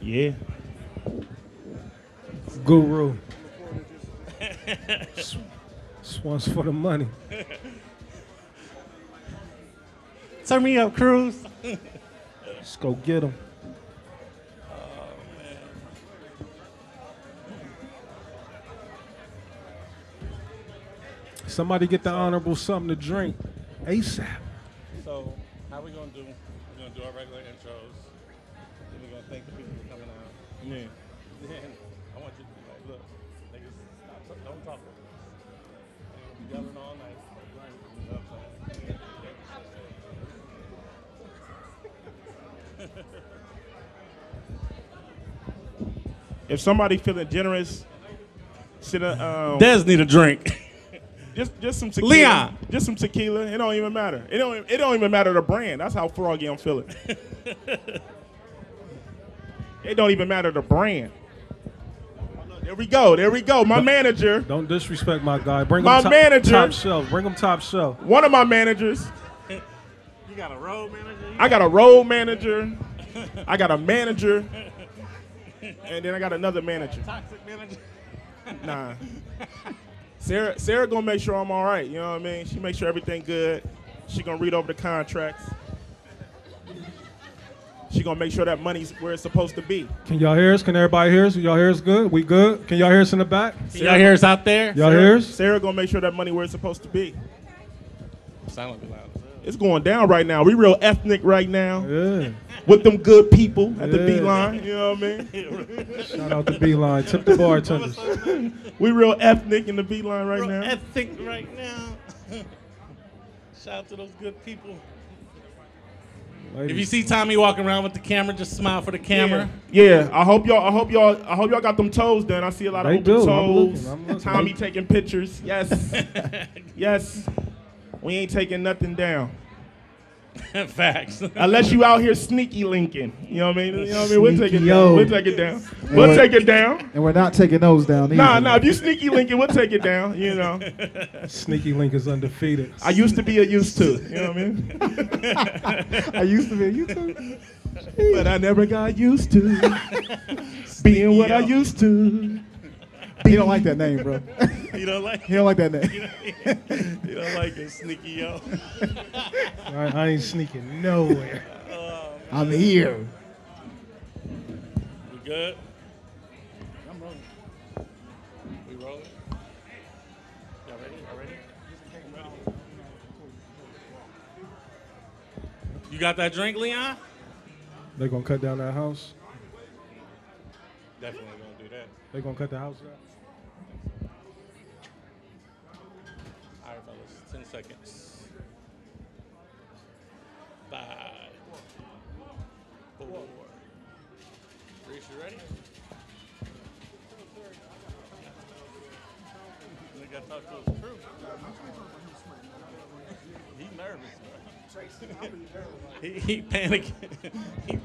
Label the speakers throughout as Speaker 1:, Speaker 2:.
Speaker 1: Yeah.
Speaker 2: Guru. this this one's for the money.
Speaker 1: Turn me up, Cruz.
Speaker 2: Let's go get him.
Speaker 1: Oh,
Speaker 2: Somebody get the honorable something to drink ASAP.
Speaker 3: So how we gonna do? We're gonna do our regular intros. Then we're gonna thank the people for coming out.
Speaker 1: Yeah.
Speaker 3: Then I want you to be like, look, niggas, stop, t- don't talk over us. And we'll be yelling all night. You know what I'm saying?
Speaker 1: If somebody feeling generous, sit a, um,
Speaker 3: Des need a drink.
Speaker 1: just just some tequila.
Speaker 3: Leon.
Speaker 1: Just some tequila. It don't even matter. It don't it don't even matter the brand. That's how froggy I'm feeling. it don't even matter the brand. There we go. There we go. My manager,
Speaker 2: Don't disrespect my guy. Bring
Speaker 1: My
Speaker 2: him top,
Speaker 1: manager.
Speaker 2: top shelf. Bring him top shelf.
Speaker 1: one of my managers.
Speaker 3: you got a road manager?
Speaker 1: I got a road manager. I got a manager. And then I got another manager.
Speaker 3: toxic manager.
Speaker 1: Nah. Sarah Sarah gonna make sure I'm all right. You know what I mean? She make sure everything good. She gonna read over the contracts. She gonna make sure that money's where it's supposed to be.
Speaker 2: Can y'all hear us? Can everybody hear us? Y'all hear us good? We good? Can y'all hear us in the back?
Speaker 3: y'all hear us out there?
Speaker 2: Y'all hear us?
Speaker 1: Sarah gonna make sure that money where it's supposed to be.
Speaker 3: Sound like we loud as hell.
Speaker 1: It's going down right now. We real ethnic right now
Speaker 2: Yeah.
Speaker 1: with them good people at the
Speaker 2: Yeah.
Speaker 1: B line. You know what I mean?
Speaker 2: Shout out to Beeline. Tip the bartenders.
Speaker 1: We real ethnic in the B line right
Speaker 3: Real
Speaker 1: now.
Speaker 3: ethic right now. Shout out to those good people. If you
Speaker 2: Ladies,
Speaker 3: see Tommy walking around with the camera, just smile for the camera.
Speaker 1: Yeah, I hope y'all. I hope y'all. I hope y'all got them toes done. I see a lot
Speaker 2: They
Speaker 1: of
Speaker 2: do.
Speaker 1: open
Speaker 2: I'm
Speaker 1: toes.
Speaker 2: looking, I'm looking.
Speaker 1: Tommy
Speaker 2: They-
Speaker 1: taking pictures. Yes, yes. We ain't taking nothing down
Speaker 3: Facts.
Speaker 1: unless you out here sneaky linking. You know what I mean? You know what I mean? We'll take it
Speaker 4: Sneaky,
Speaker 1: down.
Speaker 4: yo.
Speaker 1: We'll take it down. We'll
Speaker 4: what-
Speaker 1: take it down.
Speaker 4: And we're not taking those down either.
Speaker 1: Nah, nah. If you sneaky linking, we'll take it down. You know.
Speaker 2: Sneaky Link is undefeated.
Speaker 1: I used to be a used to. You know what I mean?
Speaker 4: I used to be a YouTube.
Speaker 1: But I never got used to being what I used to.
Speaker 4: He don't like that name, bro.
Speaker 3: You don't like
Speaker 4: He don't like that name.
Speaker 3: You don't like it, sneaky yo.
Speaker 2: I, I ain't sneaking nowhere.
Speaker 4: I'm here.
Speaker 3: We good? I'm rolling. We rolling? Y'all ready? Y'all ready? I'm ready. You got that drink, Leon?
Speaker 2: They're gonna cut down that house.
Speaker 3: Definitely gonna do that.
Speaker 2: They're gonna cut the house down.
Speaker 3: All right, fellas, 10 seconds. Five. Four. Reese, you ready? They gotta talk to his crew. He nervous, bro. he, he panicking. he,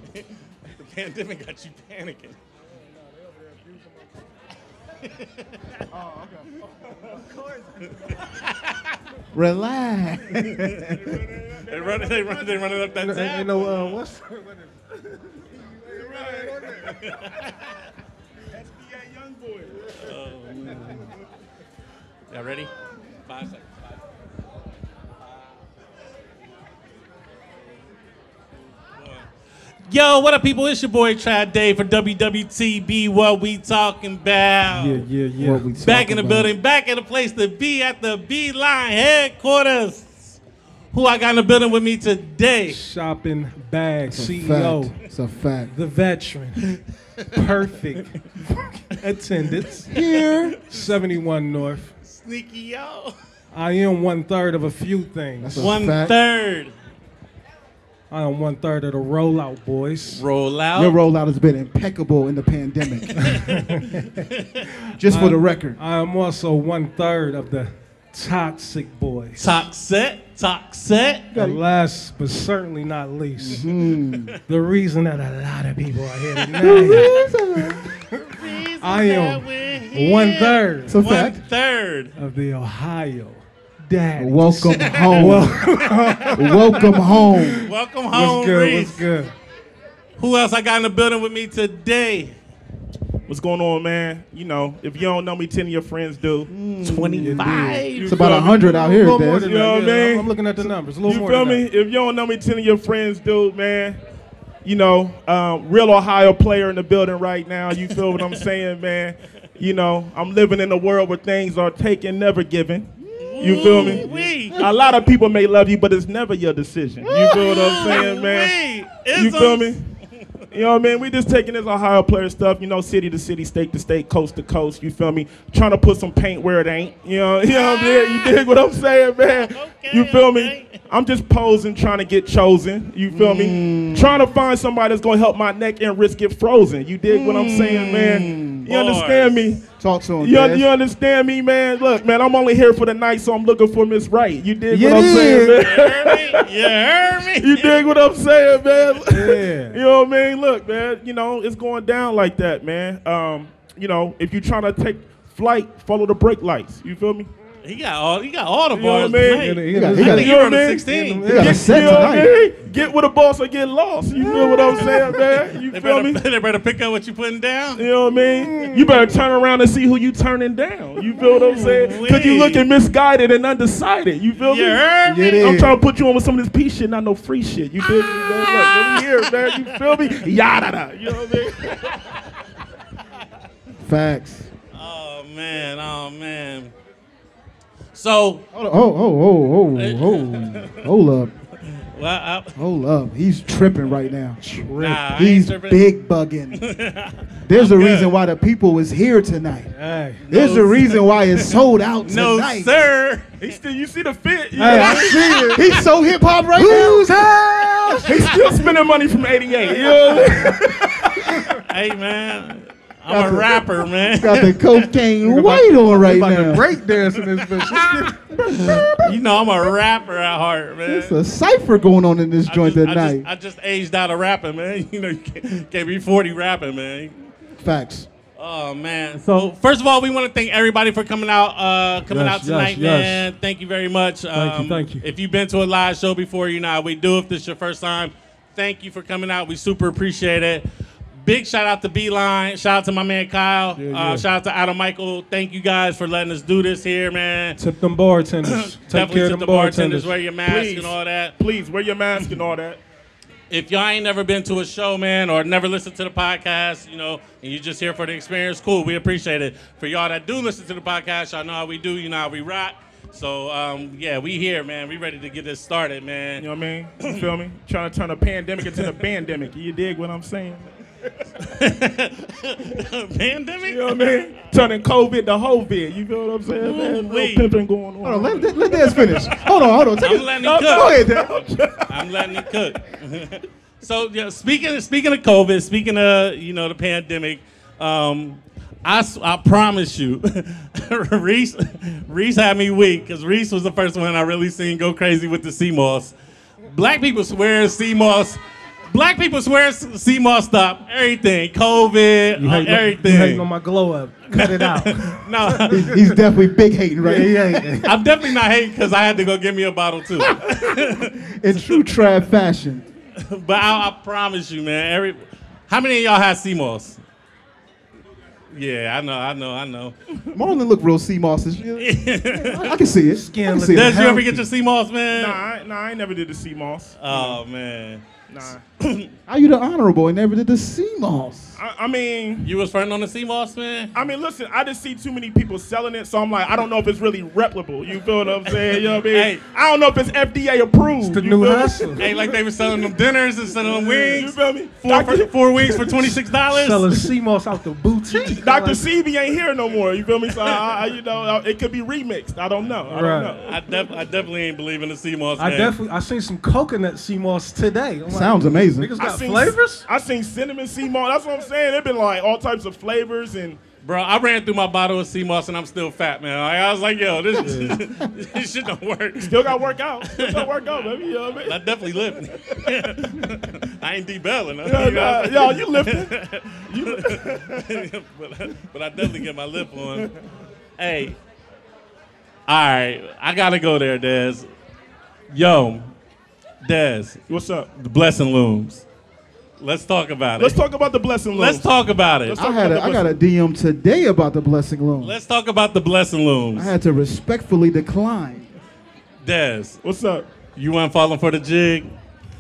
Speaker 3: the pandemic got you panicking.
Speaker 4: Relax.
Speaker 3: They running, they running, they running up that
Speaker 2: Ain't,
Speaker 3: tab.
Speaker 2: ain't no uh, what's
Speaker 3: Y'all ready? Five seconds. Five. Yo, what up, people? It's your boy Trad Dave for WWTB. What we talking about?
Speaker 2: yeah yeah yeah.
Speaker 4: What we
Speaker 3: back in
Speaker 4: talking
Speaker 3: the
Speaker 4: about.
Speaker 3: building, back in the place to be at the B Line headquarters. Who I got in the building with me today?
Speaker 2: Shopping bag
Speaker 4: It's a
Speaker 2: CEO,
Speaker 4: fact. It's a fact.
Speaker 2: the veteran, perfect attendance,
Speaker 4: Here.
Speaker 2: 71 North.
Speaker 3: Sneaky yo,
Speaker 2: I am one third of a few
Speaker 4: That's
Speaker 2: things.
Speaker 4: a
Speaker 3: one
Speaker 4: fact.
Speaker 3: third.
Speaker 2: I am one third of the rollout boys.
Speaker 3: Roll
Speaker 2: Oh.
Speaker 3: out.
Speaker 4: Your rollout has been impeccable in the pandemic. Just for the record.
Speaker 2: I am also one third of the toxic boys.
Speaker 3: Talk set. Talk set.
Speaker 2: And last but certainly not least, the reason that a lot of people are here tonight, I am one third
Speaker 4: It's a
Speaker 3: One
Speaker 4: fact.
Speaker 3: third.
Speaker 2: of the Ohio dad.
Speaker 4: Welcome home. Welcome home.
Speaker 3: Welcome
Speaker 2: What's
Speaker 3: home,
Speaker 2: good?
Speaker 3: Reese.
Speaker 2: What's good?
Speaker 3: Who else I got in the building with me today?
Speaker 1: What's going on, man? You know, if you don't know me, ten of your friends do.
Speaker 2: Mm.
Speaker 3: 25.
Speaker 1: You
Speaker 4: It's about
Speaker 1: feel me?
Speaker 4: 100 out here,
Speaker 2: little more
Speaker 4: Des.
Speaker 2: than
Speaker 1: You know
Speaker 2: that.
Speaker 1: what I
Speaker 2: yeah. I'm-
Speaker 1: mean?
Speaker 2: I'm looking at the numbers. A little
Speaker 1: You
Speaker 2: more.
Speaker 1: feel
Speaker 2: than
Speaker 1: me?
Speaker 2: that.
Speaker 1: If you don't know me, ten of your friends do, man. You know, um, real Ohio player in the building right now. You feel what I'm saying, man? You know, I'm living in a world where things are taken, never given. You feel me?
Speaker 3: Wee.
Speaker 1: A lot of people may love you, but it's never your decision. You feel what I'm saying, man? You feel me? You know what I mean? We just taking this Ohio player stuff, you know, city to city, state to state, coast to coast. You feel me? Trying to put some paint where it ain't. You know, you know what I'm saying? You dig what I'm saying, man? you feel me?
Speaker 3: okay.
Speaker 1: I'm just posing, trying to get chosen. You feel me? Trying to find somebody that's gonna help my neck and wrist get frozen. You dig what I'm saying, man? You understand me?
Speaker 4: Talk to him,
Speaker 1: You,
Speaker 4: Des.
Speaker 1: you understand me, man? Look, man, I'm only here for the night, so I'm looking for Miss Right. You dig
Speaker 4: You
Speaker 1: what I'm saying,
Speaker 4: dig.
Speaker 1: man?
Speaker 3: You heard me? You heard me?
Speaker 1: You dig what I'm saying, man?
Speaker 2: Yeah.
Speaker 1: you know what I mean? Look, man, you know, it's going down like that, man. Um, you know, if you're trying to take flight, follow the brake lights. You feel me?
Speaker 3: He got all he got all the
Speaker 1: You know
Speaker 3: bars.
Speaker 1: what I mean?
Speaker 3: tonight.
Speaker 2: He
Speaker 4: You got-
Speaker 2: got-
Speaker 4: you
Speaker 2: he
Speaker 4: got-
Speaker 2: got-
Speaker 3: I think
Speaker 1: You
Speaker 3: he
Speaker 1: know
Speaker 3: wrote
Speaker 1: what I
Speaker 3: him
Speaker 1: mean?
Speaker 3: 16.
Speaker 4: You got a set
Speaker 1: you know what I
Speaker 4: tonight.
Speaker 1: mean? Get with a boss or get lost. You feel what I'm saying, man? You
Speaker 3: They
Speaker 1: feel
Speaker 3: better,
Speaker 1: me?
Speaker 3: they better pick up what you putting down.
Speaker 1: You know what I mean? You better turn around and see who you turning down. You feel what I'm saying? Because you
Speaker 3: Ooh-wee.
Speaker 1: looking misguided and undecided. You feel
Speaker 3: You
Speaker 1: me?
Speaker 3: heard me?
Speaker 4: You dig.
Speaker 1: I'm trying to put you on with some of this P shit, not no free shit. You feel me? man? Look, let me hear, it, man. You feel me? Yada da. You know what I mean?
Speaker 4: Facts.
Speaker 3: Oh man, oh man. So
Speaker 4: Hold on. Oh, oh, oh, oh, oh. Hold up.
Speaker 3: well, I,
Speaker 4: Hold up. He's tripping right now.
Speaker 3: nah, I ain't
Speaker 4: He's
Speaker 3: tripping.
Speaker 4: big bugging. There's a reason why the people is here tonight.
Speaker 2: Hey.
Speaker 4: There's
Speaker 3: No,
Speaker 4: a reason why it's sold out
Speaker 3: No
Speaker 4: tonight.
Speaker 3: sir.
Speaker 1: He still, you see the fit? You
Speaker 4: Hey,
Speaker 1: know?
Speaker 4: I see it. He's so hip hop right now.
Speaker 1: He's still spending money from '88. You know what I mean?
Speaker 3: hey man, I'm a rapper, man.
Speaker 4: Got the cocaine white on right
Speaker 2: about
Speaker 4: now.
Speaker 2: to break dance in this bitch.
Speaker 3: You know I'm a rapper at heart, man.
Speaker 4: It's a cipher going on in this
Speaker 3: I
Speaker 4: joint
Speaker 3: just- I
Speaker 4: tonight.
Speaker 3: just, I just aged out of rapping, man. You know, you can't, can't be 40 rapping, man.
Speaker 4: Facts.
Speaker 3: Oh man! So first of all, we want to thank everybody for coming out, uh, coming
Speaker 2: Yes,
Speaker 3: out
Speaker 2: yes,
Speaker 3: tonight,
Speaker 2: yes.
Speaker 3: man. Thank you very much. Um,
Speaker 2: Thank you, thank you.
Speaker 3: If you've been to a live show before, you know how we do. If this is your first time, thank you for coming out. We super appreciate it. Big shout out to Beeline. Shout out to my man Kyle.
Speaker 2: Yeah,
Speaker 3: Uh,
Speaker 2: yeah.
Speaker 3: shout out to Adam Michael. Thank you guys for letting us do this here, man.
Speaker 2: Tip them bartenders. Take
Speaker 3: Definitely
Speaker 2: care of
Speaker 3: to
Speaker 2: them
Speaker 3: the bartenders.
Speaker 2: bartenders.
Speaker 3: Wear your mask
Speaker 1: Please.
Speaker 3: and all that.
Speaker 1: Please wear your mask and all that.
Speaker 3: if y'all ain't never been to a show, man, or never listened to the podcast, you know, and you're just here for the experience, cool. We appreciate it. For y'all that do listen to the podcast, y'all know how we do. You know how we rock. So um, yeah, we here, man. We ready to get this started, man.
Speaker 1: You know what I mean? You feel me? Trying to turn a pandemic into the pandemic. You dig what I'm saying?
Speaker 3: Pandemic.
Speaker 1: You know what I mean? Turning COVID to whole vid. You feel what I'm saying? Man, There's
Speaker 3: Ooh-wee.
Speaker 1: no pimping going on.
Speaker 4: Hold on, let, let, let Dez finish. Hold on, hold on. Take
Speaker 3: I'm
Speaker 4: a-
Speaker 3: letting
Speaker 4: Oh,
Speaker 3: it cook.
Speaker 4: Go ahead, Dez.
Speaker 3: I'm letting it cook. so yeah, speaking speaking of COVID, speaking of you know the pandemic, um, I, s- I promise you, Reese Reese had me weak because Reese was the first one I really seen go crazy with the sea moss. Black people swear sea moss. Black people swear sea moss stop everything. COVID,
Speaker 2: You hating
Speaker 3: uh,
Speaker 2: on- You hating on
Speaker 3: everything.
Speaker 2: my glow up. Cut it out.
Speaker 3: No,
Speaker 4: He's definitely big hating right now.
Speaker 3: I'm definitely not hating because I had to go get me a bottle too.
Speaker 4: In true trad fashion.
Speaker 3: But I, I promise you, man. Every, how many of y'all had sea moss? Yeah, I know, I know, I know.
Speaker 4: Marlon look real sea mossy. I, I can see it. I can
Speaker 2: Skin
Speaker 4: see
Speaker 2: look
Speaker 4: it.
Speaker 3: Did you ever get your sea moss, man?
Speaker 1: Nah, I, nah, I ain't never did the sea moss.
Speaker 3: Oh man,
Speaker 1: Nah.
Speaker 4: Are you the honorable and never did the sea moss?
Speaker 1: I, I mean,
Speaker 3: you was fronting on the sea moss, man.
Speaker 1: I mean, listen, I just see too many people selling it, so I'm like, I don't know if it's really replicable. You feel what I'm saying? You know what I mean?
Speaker 3: Hey.
Speaker 1: I don't know if it's FDA approved.
Speaker 2: The
Speaker 1: you
Speaker 2: new
Speaker 1: feel me?
Speaker 2: hustle.
Speaker 3: Hey, like they were selling them dinners and selling them
Speaker 1: You
Speaker 3: wings.
Speaker 1: feel me?
Speaker 3: Four,
Speaker 1: Dr.
Speaker 3: for, four wings for twenty six
Speaker 2: Selling
Speaker 3: dollars.
Speaker 2: sea moss out the boutique.
Speaker 1: Dr.
Speaker 2: Like,
Speaker 1: Sebi ain't here no more. You feel me? So, I, I, you know, I- it could be remixed. I don't know. I don't
Speaker 2: Right.
Speaker 1: know.
Speaker 3: I, def- I definitely ain't believing the sea moss.
Speaker 2: I
Speaker 3: man.
Speaker 2: definitely I seen some coconut sea moss today. I'm like,
Speaker 4: Sounds amazing.
Speaker 2: Niggas
Speaker 1: I
Speaker 2: got
Speaker 1: seen-
Speaker 2: flavors.
Speaker 1: I seen cinnamon sea moss. That's what I'm saying. They've been like all types of flavors and
Speaker 3: Bro, I ran through my bottle of sea moss and I'm still fat, man. Like, I was like, yo, this, this shit don't work.
Speaker 1: still got work out. Still got work out, baby. You know what I mean?
Speaker 3: I definitely lifting. I ain't debelling. I
Speaker 1: Yeah,
Speaker 3: mean,
Speaker 1: nah,
Speaker 3: I-
Speaker 1: yo, you lifting?
Speaker 3: but, I, but I definitely get my lip on. Hey, all right, I gotta go there, Dez. Yo, Dez,
Speaker 1: What's up?
Speaker 3: the blessing looms. Let's talk about it.
Speaker 1: Let's talk about the blessing loom.
Speaker 3: Let's talk about it.
Speaker 1: Let's
Speaker 4: I had a, I got a DM today about the blessing loan.
Speaker 3: Let's talk about the blessing
Speaker 4: I
Speaker 3: looms.
Speaker 4: had to respectfully decline.
Speaker 3: Des,
Speaker 1: What's up?
Speaker 3: you weren't falling for the jig.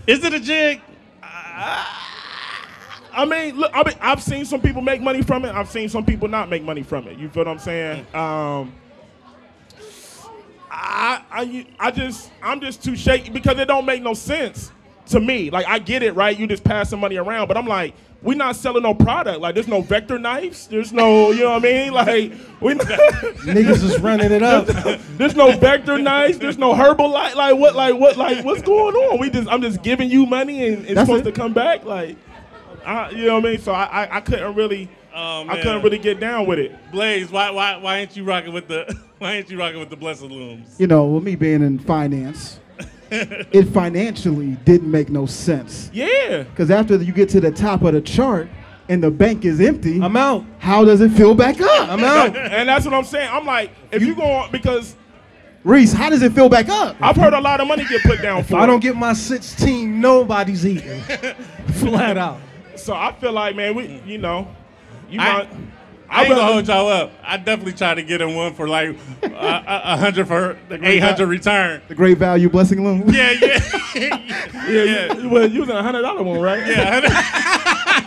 Speaker 3: Is it a jig?
Speaker 1: I mean, look, I mean, I've seen some people make money from it. I've seen some people not make money from it. You feel what I'm saying? Um, I, I, I just, I'm just too shaky because it don't make no sense to me. Like, I get it, right? You just passing money around, but I'm like, we not selling no product. Like, there's no vector knives. There's no, you know what I mean? Like, we. Not,
Speaker 2: Niggas is running it up.
Speaker 1: There's no vector knives. There's no herbal light. Like what? Like what? Like what's going on? We just I'm just giving you money and it's
Speaker 4: That's
Speaker 1: supposed
Speaker 4: it.
Speaker 1: to come back. Like, I, you know what I mean? So I I, I couldn't really
Speaker 3: Oh,
Speaker 1: I
Speaker 3: man.
Speaker 1: couldn't really get down with it.
Speaker 3: Blaze, why why why ain't you rocking with the why ain't you rocking with the blessing looms?
Speaker 4: You know, with me being in finance, it financially didn't make no sense.
Speaker 1: Yeah,
Speaker 4: Because after you get to the top of the chart and the bank is empty,
Speaker 2: I'm out.
Speaker 4: how does it fill back up?
Speaker 2: I'm out.
Speaker 1: and that's what I'm saying. I'm like, if you go on because
Speaker 4: Reese, how does it fill back up?
Speaker 1: I've heard a lot of money get put down for.
Speaker 2: I
Speaker 1: it.
Speaker 2: don't get my 16. Nobody's eating. Flat out.
Speaker 1: So I feel like man, we you know, you
Speaker 3: I-
Speaker 1: might.
Speaker 3: I ain't
Speaker 1: rather-
Speaker 3: gonna hold y'all up. I definitely tried to get in one for like a a- a hundred for eight hundred return.
Speaker 4: The great value blessing loan.
Speaker 3: Yeah, yeah,
Speaker 1: Yeah,
Speaker 3: yeah,
Speaker 1: You, well, you was in a hundred dollar one, right?
Speaker 3: yeah.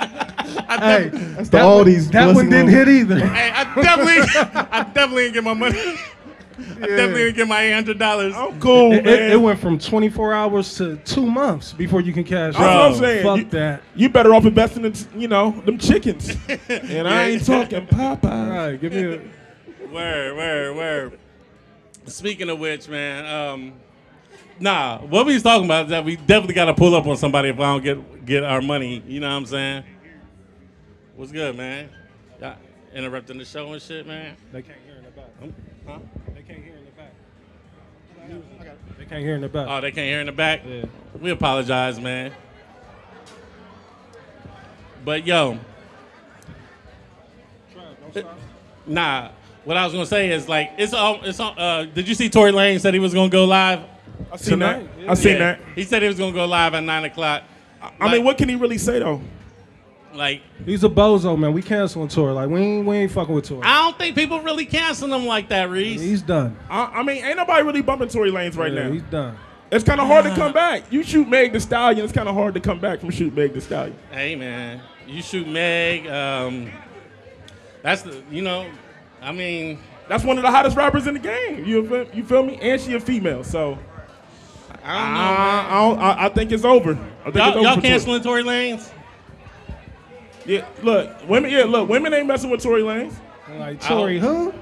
Speaker 4: Hey, that's the all these
Speaker 2: That one
Speaker 4: blessing
Speaker 2: didn't
Speaker 4: loan.
Speaker 2: hit either.
Speaker 3: Hey, I definitely, I definitely didn't get my money. I definitely didn't get my eight hundred dollars.
Speaker 1: I'm cool,
Speaker 2: It,
Speaker 1: man.
Speaker 2: it- it went from 24 hours to two months before you can cash
Speaker 1: That's what
Speaker 2: out.
Speaker 1: I'm saying.
Speaker 2: Fuck
Speaker 1: you,
Speaker 2: that.
Speaker 1: You better off investing in, you know, them chickens. and I ain't talking
Speaker 2: All
Speaker 1: Popeye.
Speaker 2: right, give me a.
Speaker 3: Word, word, word. Speaking of which, man, um, nah, what we was talking about is that we definitely got to pull up on somebody if I don't get get our money. You know what I'm saying? What's good, man? Y'all interrupting the show and shit, man.
Speaker 2: They can't hear in the back.
Speaker 3: Huh?
Speaker 2: They can't hear in the back. They can't hear in the back.
Speaker 3: Oh, they can't hear in the back.
Speaker 2: Yeah.
Speaker 3: We apologize, man. But yo, nah. What I was gonna say is like it's all it's all, uh did you see Tory Lane said he was gonna go live?
Speaker 1: I seen
Speaker 2: Tonight,
Speaker 1: that.
Speaker 2: yeah.
Speaker 1: I seen
Speaker 3: Yeah.
Speaker 1: that.
Speaker 3: He said he was gonna go live at nine o'clock.
Speaker 1: I mean, what can he really say though?
Speaker 3: Like
Speaker 2: Uh, He's a bozo, man. We canceling tour. Like we ain't we ain't fucking with tour.
Speaker 3: I don't think people really cancel him like that, Reese.
Speaker 2: He's done.
Speaker 1: I, I mean, ain't nobody really bumping Tory Lanez right
Speaker 2: Yeah,
Speaker 1: now.
Speaker 2: He's done.
Speaker 1: It's kind of hard to come back. You shoot Meg the Stallion, it's kind of hard to come back from shoot Meg the Stallion.
Speaker 3: hey man, you shoot Meg. Um, that's the you know, I mean,
Speaker 1: That's one of the hottest rappers in the game. You feel, you feel me? And she a female, so I, I, don't, I, I think it's over. I think it's
Speaker 3: y'all,
Speaker 1: over
Speaker 3: y'all
Speaker 1: for Tory.
Speaker 3: canceling Tory Lanes?
Speaker 1: Yeah, look, women. Yeah, look, women ain't messing with Tory Lanez.
Speaker 2: I'm Like Tory, who?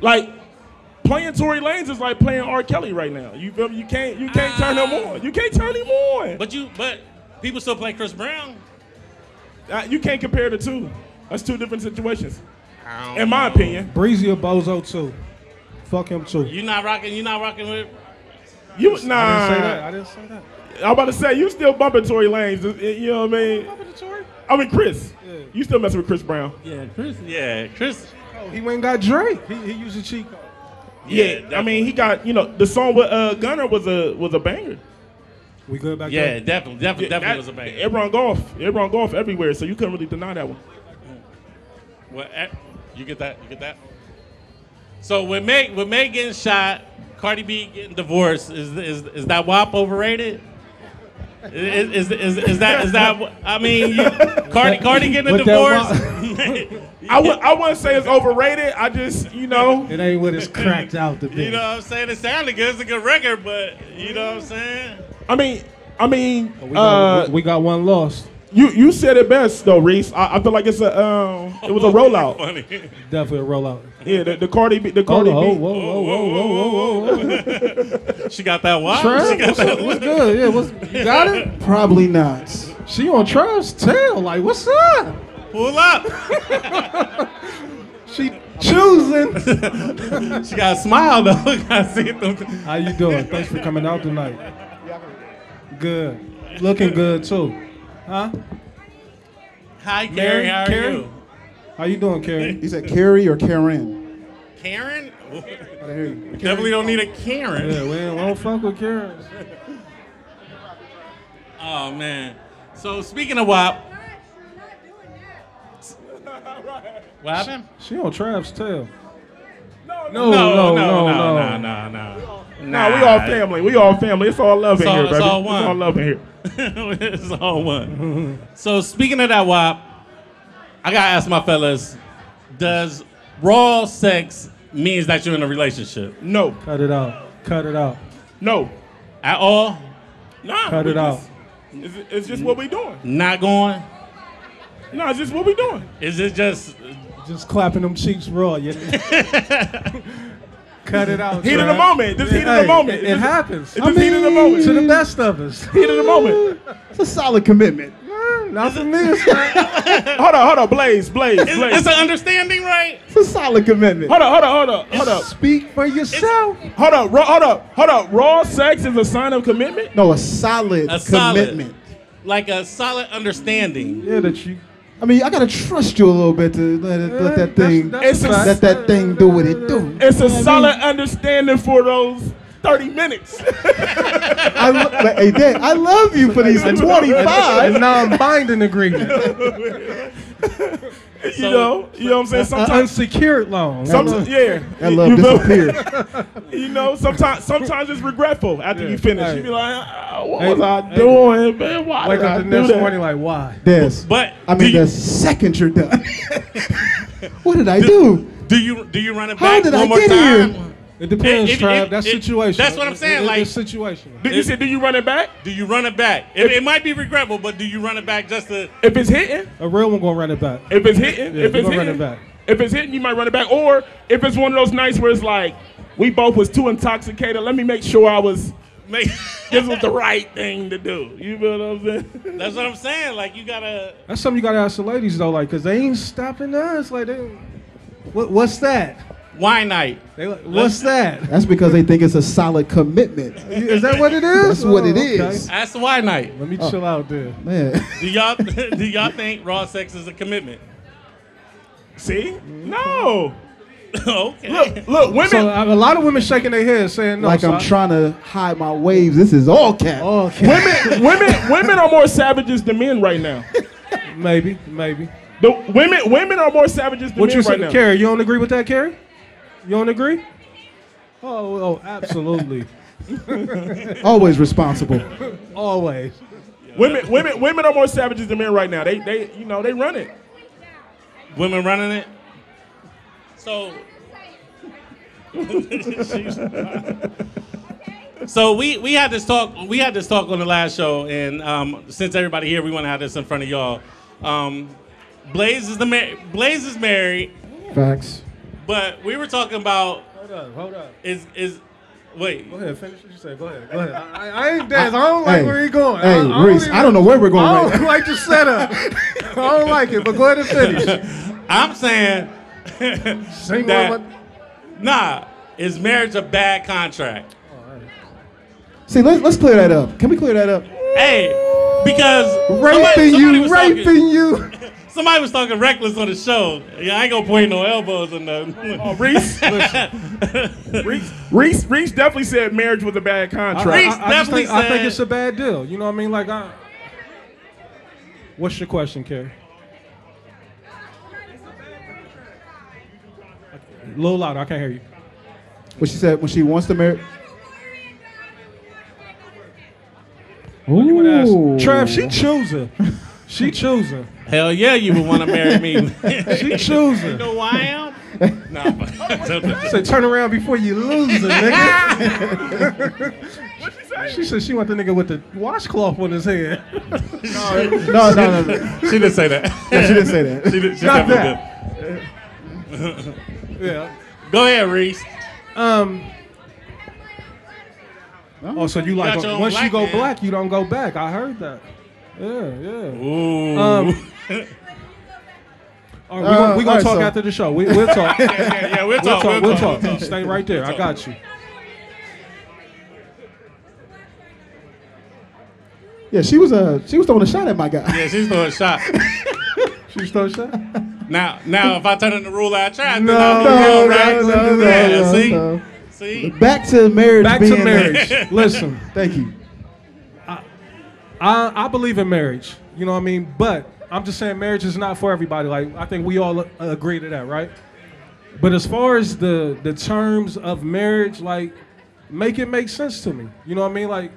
Speaker 1: Like playing Tory Lanez is like playing R. Kelly right now. You feel me? You can't you can't turn him on. You can't turn him on.
Speaker 3: Ah. But you, but people still play Chris Brown.
Speaker 1: Uh, you can't compare the two. That's two different situations,
Speaker 3: I don't
Speaker 1: in my
Speaker 3: know.
Speaker 1: opinion.
Speaker 2: Breezy a bozo too. Fuck him too.
Speaker 3: you not rocking. You not rocking with.
Speaker 1: You
Speaker 2: I didn't say that.
Speaker 1: nah.
Speaker 2: I didn't say that.
Speaker 1: I'm about to say you still bumping Tory Lanez. uh, You know what I mean?
Speaker 2: Fucking Tory.
Speaker 1: I mean Chris.
Speaker 2: Yeah.
Speaker 1: You still messing with Chris Brown?
Speaker 3: Yeah, Chris. Yeah, Chris.
Speaker 2: Oh, he went and got Drake. He, he used a cheat code.
Speaker 1: I mean he got you know the song with uh, Gunner was a was a banger.
Speaker 2: We good back
Speaker 3: Yeah,
Speaker 2: there?
Speaker 3: definitely, definitely, definitely was a banger.
Speaker 1: Everyone golf, everyone golf everywhere, so you couldn't really deny that one.
Speaker 3: Well, eh, you get that? You get that? So with Meg, with Meg getting shot, Cardi B getting divorced, is is, is that WAP overrated? Is, is, is, is that is that? I mean, you, Cardi Cardi getting a
Speaker 2: But that
Speaker 3: divorce.
Speaker 1: I would I wouldn't say it's overrated. I just you know
Speaker 2: It ain't what it's cracked out to be.
Speaker 3: you know what I'm saying? It sounded good. It's a good record, but you know what I'm saying?
Speaker 1: I mean I mean
Speaker 2: Oh, we, got,
Speaker 1: uh,
Speaker 2: we got one lost.
Speaker 1: you you said it best though, Reese. I, I feel like it's a um it was a rollout.
Speaker 3: Funny.
Speaker 2: Definitely a rollout.
Speaker 1: Yeah, the, the Cardi B, the
Speaker 2: Oh,
Speaker 1: Cardi
Speaker 2: whoa,
Speaker 1: B.
Speaker 2: whoa, whoa, whoa, whoa, whoa, whoa, whoa.
Speaker 3: She got that WAP. She
Speaker 2: Trav,
Speaker 3: got
Speaker 2: what's,
Speaker 3: that
Speaker 2: up? what's good? Yeah, what's, you got it?
Speaker 4: Probably not.
Speaker 2: She on Trav's tail. Like, what's up?
Speaker 3: pull up.
Speaker 2: She choosing.
Speaker 3: She got a smile though. Gotta see them.
Speaker 2: How you doing? Thanks for coming out tonight. Good. Looking good too. Huh?
Speaker 3: Hi, Carrie. How are
Speaker 2: Carrie?
Speaker 3: you?
Speaker 2: How you doing, Carrie?
Speaker 4: You said Carrie or Karen?
Speaker 3: Karen?
Speaker 4: I didn't hear you.
Speaker 3: Definitely don't need a Karen.
Speaker 2: Yeah, we, we don't fuck with Karens.
Speaker 3: Oh man. So speaking of WAP, what happened?
Speaker 2: She on Trav's tail.
Speaker 1: No,
Speaker 2: No,
Speaker 3: no, no, no,
Speaker 2: no,
Speaker 3: no,
Speaker 2: no.
Speaker 3: no, no.
Speaker 1: Nah, we all family. We all family. It's all love
Speaker 3: It's
Speaker 1: in
Speaker 3: all-
Speaker 1: here,
Speaker 3: it's
Speaker 1: baby.
Speaker 3: all one.
Speaker 1: It's all love in here.
Speaker 3: it's all one. so speaking of that WAP, I gotta ask my fellas, does raw sex means that you're in a relationship
Speaker 1: No,
Speaker 2: Cut it out. Cut it out.
Speaker 1: no,
Speaker 3: at all?
Speaker 1: nah.
Speaker 2: Cut
Speaker 1: we
Speaker 2: it out.
Speaker 1: just- It's, it's just what we doing.
Speaker 3: Not going?
Speaker 1: Nah, it's just what we doing.
Speaker 3: Is it just
Speaker 2: Just clapping them cheeks raw. Yeah. Cut it out.
Speaker 1: Heat of the
Speaker 2: Trav.
Speaker 1: moment. Just heat of the
Speaker 2: Hey,
Speaker 1: moment.
Speaker 2: It,
Speaker 1: It's
Speaker 2: it
Speaker 1: just-
Speaker 2: happens.
Speaker 1: It's just heat of the moment.
Speaker 2: to the best of us.
Speaker 1: Heat of the moment.
Speaker 4: It's a solid commitment.
Speaker 2: Not for me. It's not.
Speaker 1: Hold on, hold on, Blaze, Blaze,
Speaker 3: it's,
Speaker 1: Blaze.
Speaker 3: it's an understanding, right?
Speaker 4: It's a solid commitment.
Speaker 1: Hold up, hold up, hold up, hold up,
Speaker 2: Speak for yourself.
Speaker 1: hold up, raw, hold up, hold up. Raw sex is a sign of commitment.
Speaker 4: No, a solid
Speaker 3: A solid.
Speaker 4: commitment.
Speaker 3: Like a solid understanding.
Speaker 2: Yeah, that you.
Speaker 4: I mean, I gotta trust you a little bit to let, it, let that thing
Speaker 1: It's a-
Speaker 2: Uh, fact.
Speaker 4: let that thing do what it do.
Speaker 1: It's a solid understanding for those 30 minutes.
Speaker 4: I lo- like, hey, Dad, I love you for these twenty
Speaker 2: A
Speaker 4: five.
Speaker 2: non-binding agreement,
Speaker 1: you know, you know what I'm saying? Sometimes,
Speaker 2: unsecured loan.
Speaker 1: sometimes yeah.
Speaker 4: That love
Speaker 1: you, feel-
Speaker 4: disappeared.
Speaker 1: you know, sometimes sometimes it's regretful after you finish.
Speaker 2: Hey.
Speaker 1: You be like, "Ah, what
Speaker 2: Hey,
Speaker 1: was I
Speaker 2: hey.
Speaker 1: doing, man? Why
Speaker 2: Wake
Speaker 1: did I
Speaker 2: up the
Speaker 1: do
Speaker 2: next
Speaker 1: that?"
Speaker 2: morning like, why?
Speaker 4: Des,
Speaker 3: But
Speaker 4: I
Speaker 3: do
Speaker 4: mean,
Speaker 3: you,
Speaker 4: the second you're done, what did I do?
Speaker 3: do you do you run it
Speaker 4: How
Speaker 3: back
Speaker 4: did
Speaker 3: one
Speaker 4: I
Speaker 3: more
Speaker 4: get
Speaker 3: time?
Speaker 4: here?
Speaker 2: It depends,
Speaker 3: It- it-
Speaker 2: Trav.
Speaker 3: it-
Speaker 2: that's
Speaker 3: it-
Speaker 2: situational.
Speaker 3: that's what I'm saying,
Speaker 2: It- it-
Speaker 3: like-
Speaker 2: it's situational.
Speaker 1: Do you said, do you run it back?
Speaker 3: Do you run it back? It, it might be regretful, but do you run it back just to
Speaker 1: If it's hitting,
Speaker 2: A real one gonna run it back.
Speaker 1: if it's hitting,
Speaker 2: Yeah,
Speaker 1: if
Speaker 2: you
Speaker 1: it's
Speaker 2: gonna run it
Speaker 1: hitting,
Speaker 2: back.
Speaker 1: if it's hitting, you might run it back. Or if it's one of those nights where it's like, we both was too intoxicated. Let me make sure I was.
Speaker 3: make?
Speaker 1: This was the right thing to do. You feel what I'm saying?
Speaker 3: That's what I'm saying. Like you gotta.
Speaker 2: That's something you gotta ask the ladies though, like, cause they ain't stopping us. Like, they, what, what's that?
Speaker 3: Why night?
Speaker 2: They like, what's that?
Speaker 4: That's because they think it's a solid commitment.
Speaker 2: Is that what it is?
Speaker 4: That's what it
Speaker 2: Oh, okay.
Speaker 4: is. Oh.
Speaker 3: That's why night.
Speaker 2: Let me chill out there.
Speaker 4: Man,
Speaker 3: Do y'all do y'all think raw sex is a commitment?
Speaker 1: See? No.
Speaker 3: okay.
Speaker 1: Look, look, women.
Speaker 2: So uh, a lot of women shaking their heads saying no.
Speaker 4: like
Speaker 2: so
Speaker 4: I'm
Speaker 2: I-
Speaker 4: trying to hide my waves. This is all cap.
Speaker 2: Okay.
Speaker 1: women, women, women are more savages than men right now.
Speaker 2: maybe, maybe.
Speaker 1: The women, women are more savages than
Speaker 2: What
Speaker 1: men
Speaker 2: you
Speaker 1: right
Speaker 2: said,
Speaker 1: now.
Speaker 2: Carrie? You don't agree with that, Carrie? You don't agree? Oh, oh, absolutely.
Speaker 4: Always responsible.
Speaker 2: Always.
Speaker 1: Women, women, women are more savages than men right now. They, they, you know, they run it.
Speaker 3: Women running it. So. so we we had this talk we had this talk on the last show, and um, since everybody here, we want to have this in front of y'all. Um, Blaze is the mar- Blaze is married,
Speaker 4: Facts.
Speaker 3: but we were talking about
Speaker 2: Hold up, hold up.
Speaker 3: is is wait
Speaker 2: Go ahead, finish what you say. Go ahead, go ahead. I, I ain't dance. I don't like
Speaker 4: Hey,
Speaker 2: where he going.
Speaker 4: Hey,
Speaker 2: I, I
Speaker 4: Reese,
Speaker 2: even-
Speaker 4: I don't know where we're going
Speaker 2: I
Speaker 4: right
Speaker 2: don't
Speaker 4: now.
Speaker 2: like the setup. I don't like it, but go ahead and finish.
Speaker 3: I'm saying
Speaker 2: Single
Speaker 3: That-
Speaker 2: woman.
Speaker 3: nah. Is marriage a bad contract?
Speaker 4: See, let's let's clear that up. Can we clear that up?
Speaker 3: Hey, because somebody,
Speaker 4: Raping
Speaker 3: somebody
Speaker 4: you,
Speaker 3: was
Speaker 4: raping
Speaker 3: talking,
Speaker 4: you.
Speaker 3: somebody was talking reckless on the show. Yeah, I ain't gonna point no elbows or nothing.
Speaker 1: Oh, Reese, Reese, Reese, Reese definitely said marriage was a bad
Speaker 2: I,
Speaker 1: contract.
Speaker 3: Reese
Speaker 2: I, I, just
Speaker 3: definitely
Speaker 2: think, I think
Speaker 3: said-
Speaker 2: it's a bad deal. You know what I mean? Like, I. What's your question, Carrie? A little louder. I can't hear you.
Speaker 4: What she said when she wants to marry.
Speaker 2: You wanna ask-
Speaker 4: Ooh.
Speaker 2: Trav, she choosing. She choosing.
Speaker 3: Hell yeah, you would want to marry me.
Speaker 2: She choosing.
Speaker 3: know who I am? Nah, but-
Speaker 2: Say turn around before you lose it, nigga. she said she want the nigga with the washcloth on his head.
Speaker 4: No, no, no, no.
Speaker 3: she didn't say that.
Speaker 4: She didn't say that.
Speaker 3: She didn't- she
Speaker 2: Not
Speaker 3: definitely
Speaker 2: that. yeah.
Speaker 3: didn't. Go ahead, Reese.
Speaker 2: Um. Oh, so you like
Speaker 3: got your own
Speaker 2: once you
Speaker 3: black
Speaker 2: go
Speaker 3: man.
Speaker 2: black, you don't go back. I heard that. Yeah, yeah. Um,
Speaker 3: Ooh.
Speaker 2: All right, we
Speaker 4: Uh,
Speaker 2: gonna, we
Speaker 4: all
Speaker 2: gonna
Speaker 4: right,
Speaker 2: talk
Speaker 4: so-
Speaker 2: after the show. We, we'll talk. we'll
Speaker 3: yeah, yeah, we'll talk.
Speaker 2: talk. We'll talk.
Speaker 3: we'll
Speaker 2: Stay right there. I
Speaker 3: We'll
Speaker 2: got you.
Speaker 4: Yeah, she was uh she was throwing a shot at my guy.
Speaker 3: Yeah, she's throwing a shot.
Speaker 2: She stole shot.
Speaker 3: Now, now, if I turn in the rule I try, then
Speaker 2: No,
Speaker 3: I'll
Speaker 2: no,
Speaker 3: go right.
Speaker 2: no, no, no,
Speaker 3: yeah,
Speaker 4: no,
Speaker 3: see,
Speaker 4: no.
Speaker 3: see.
Speaker 4: Back to marriage.
Speaker 2: Back to
Speaker 4: being-
Speaker 2: marriage. Listen,
Speaker 4: Thank you.
Speaker 2: I, I believe in marriage. You know what I mean? But I'm just saying marriage is not for everybody. Like I think we all uh, agree to that, right? But as far as the the terms of marriage, like make it make sense to me. You know what I mean? Like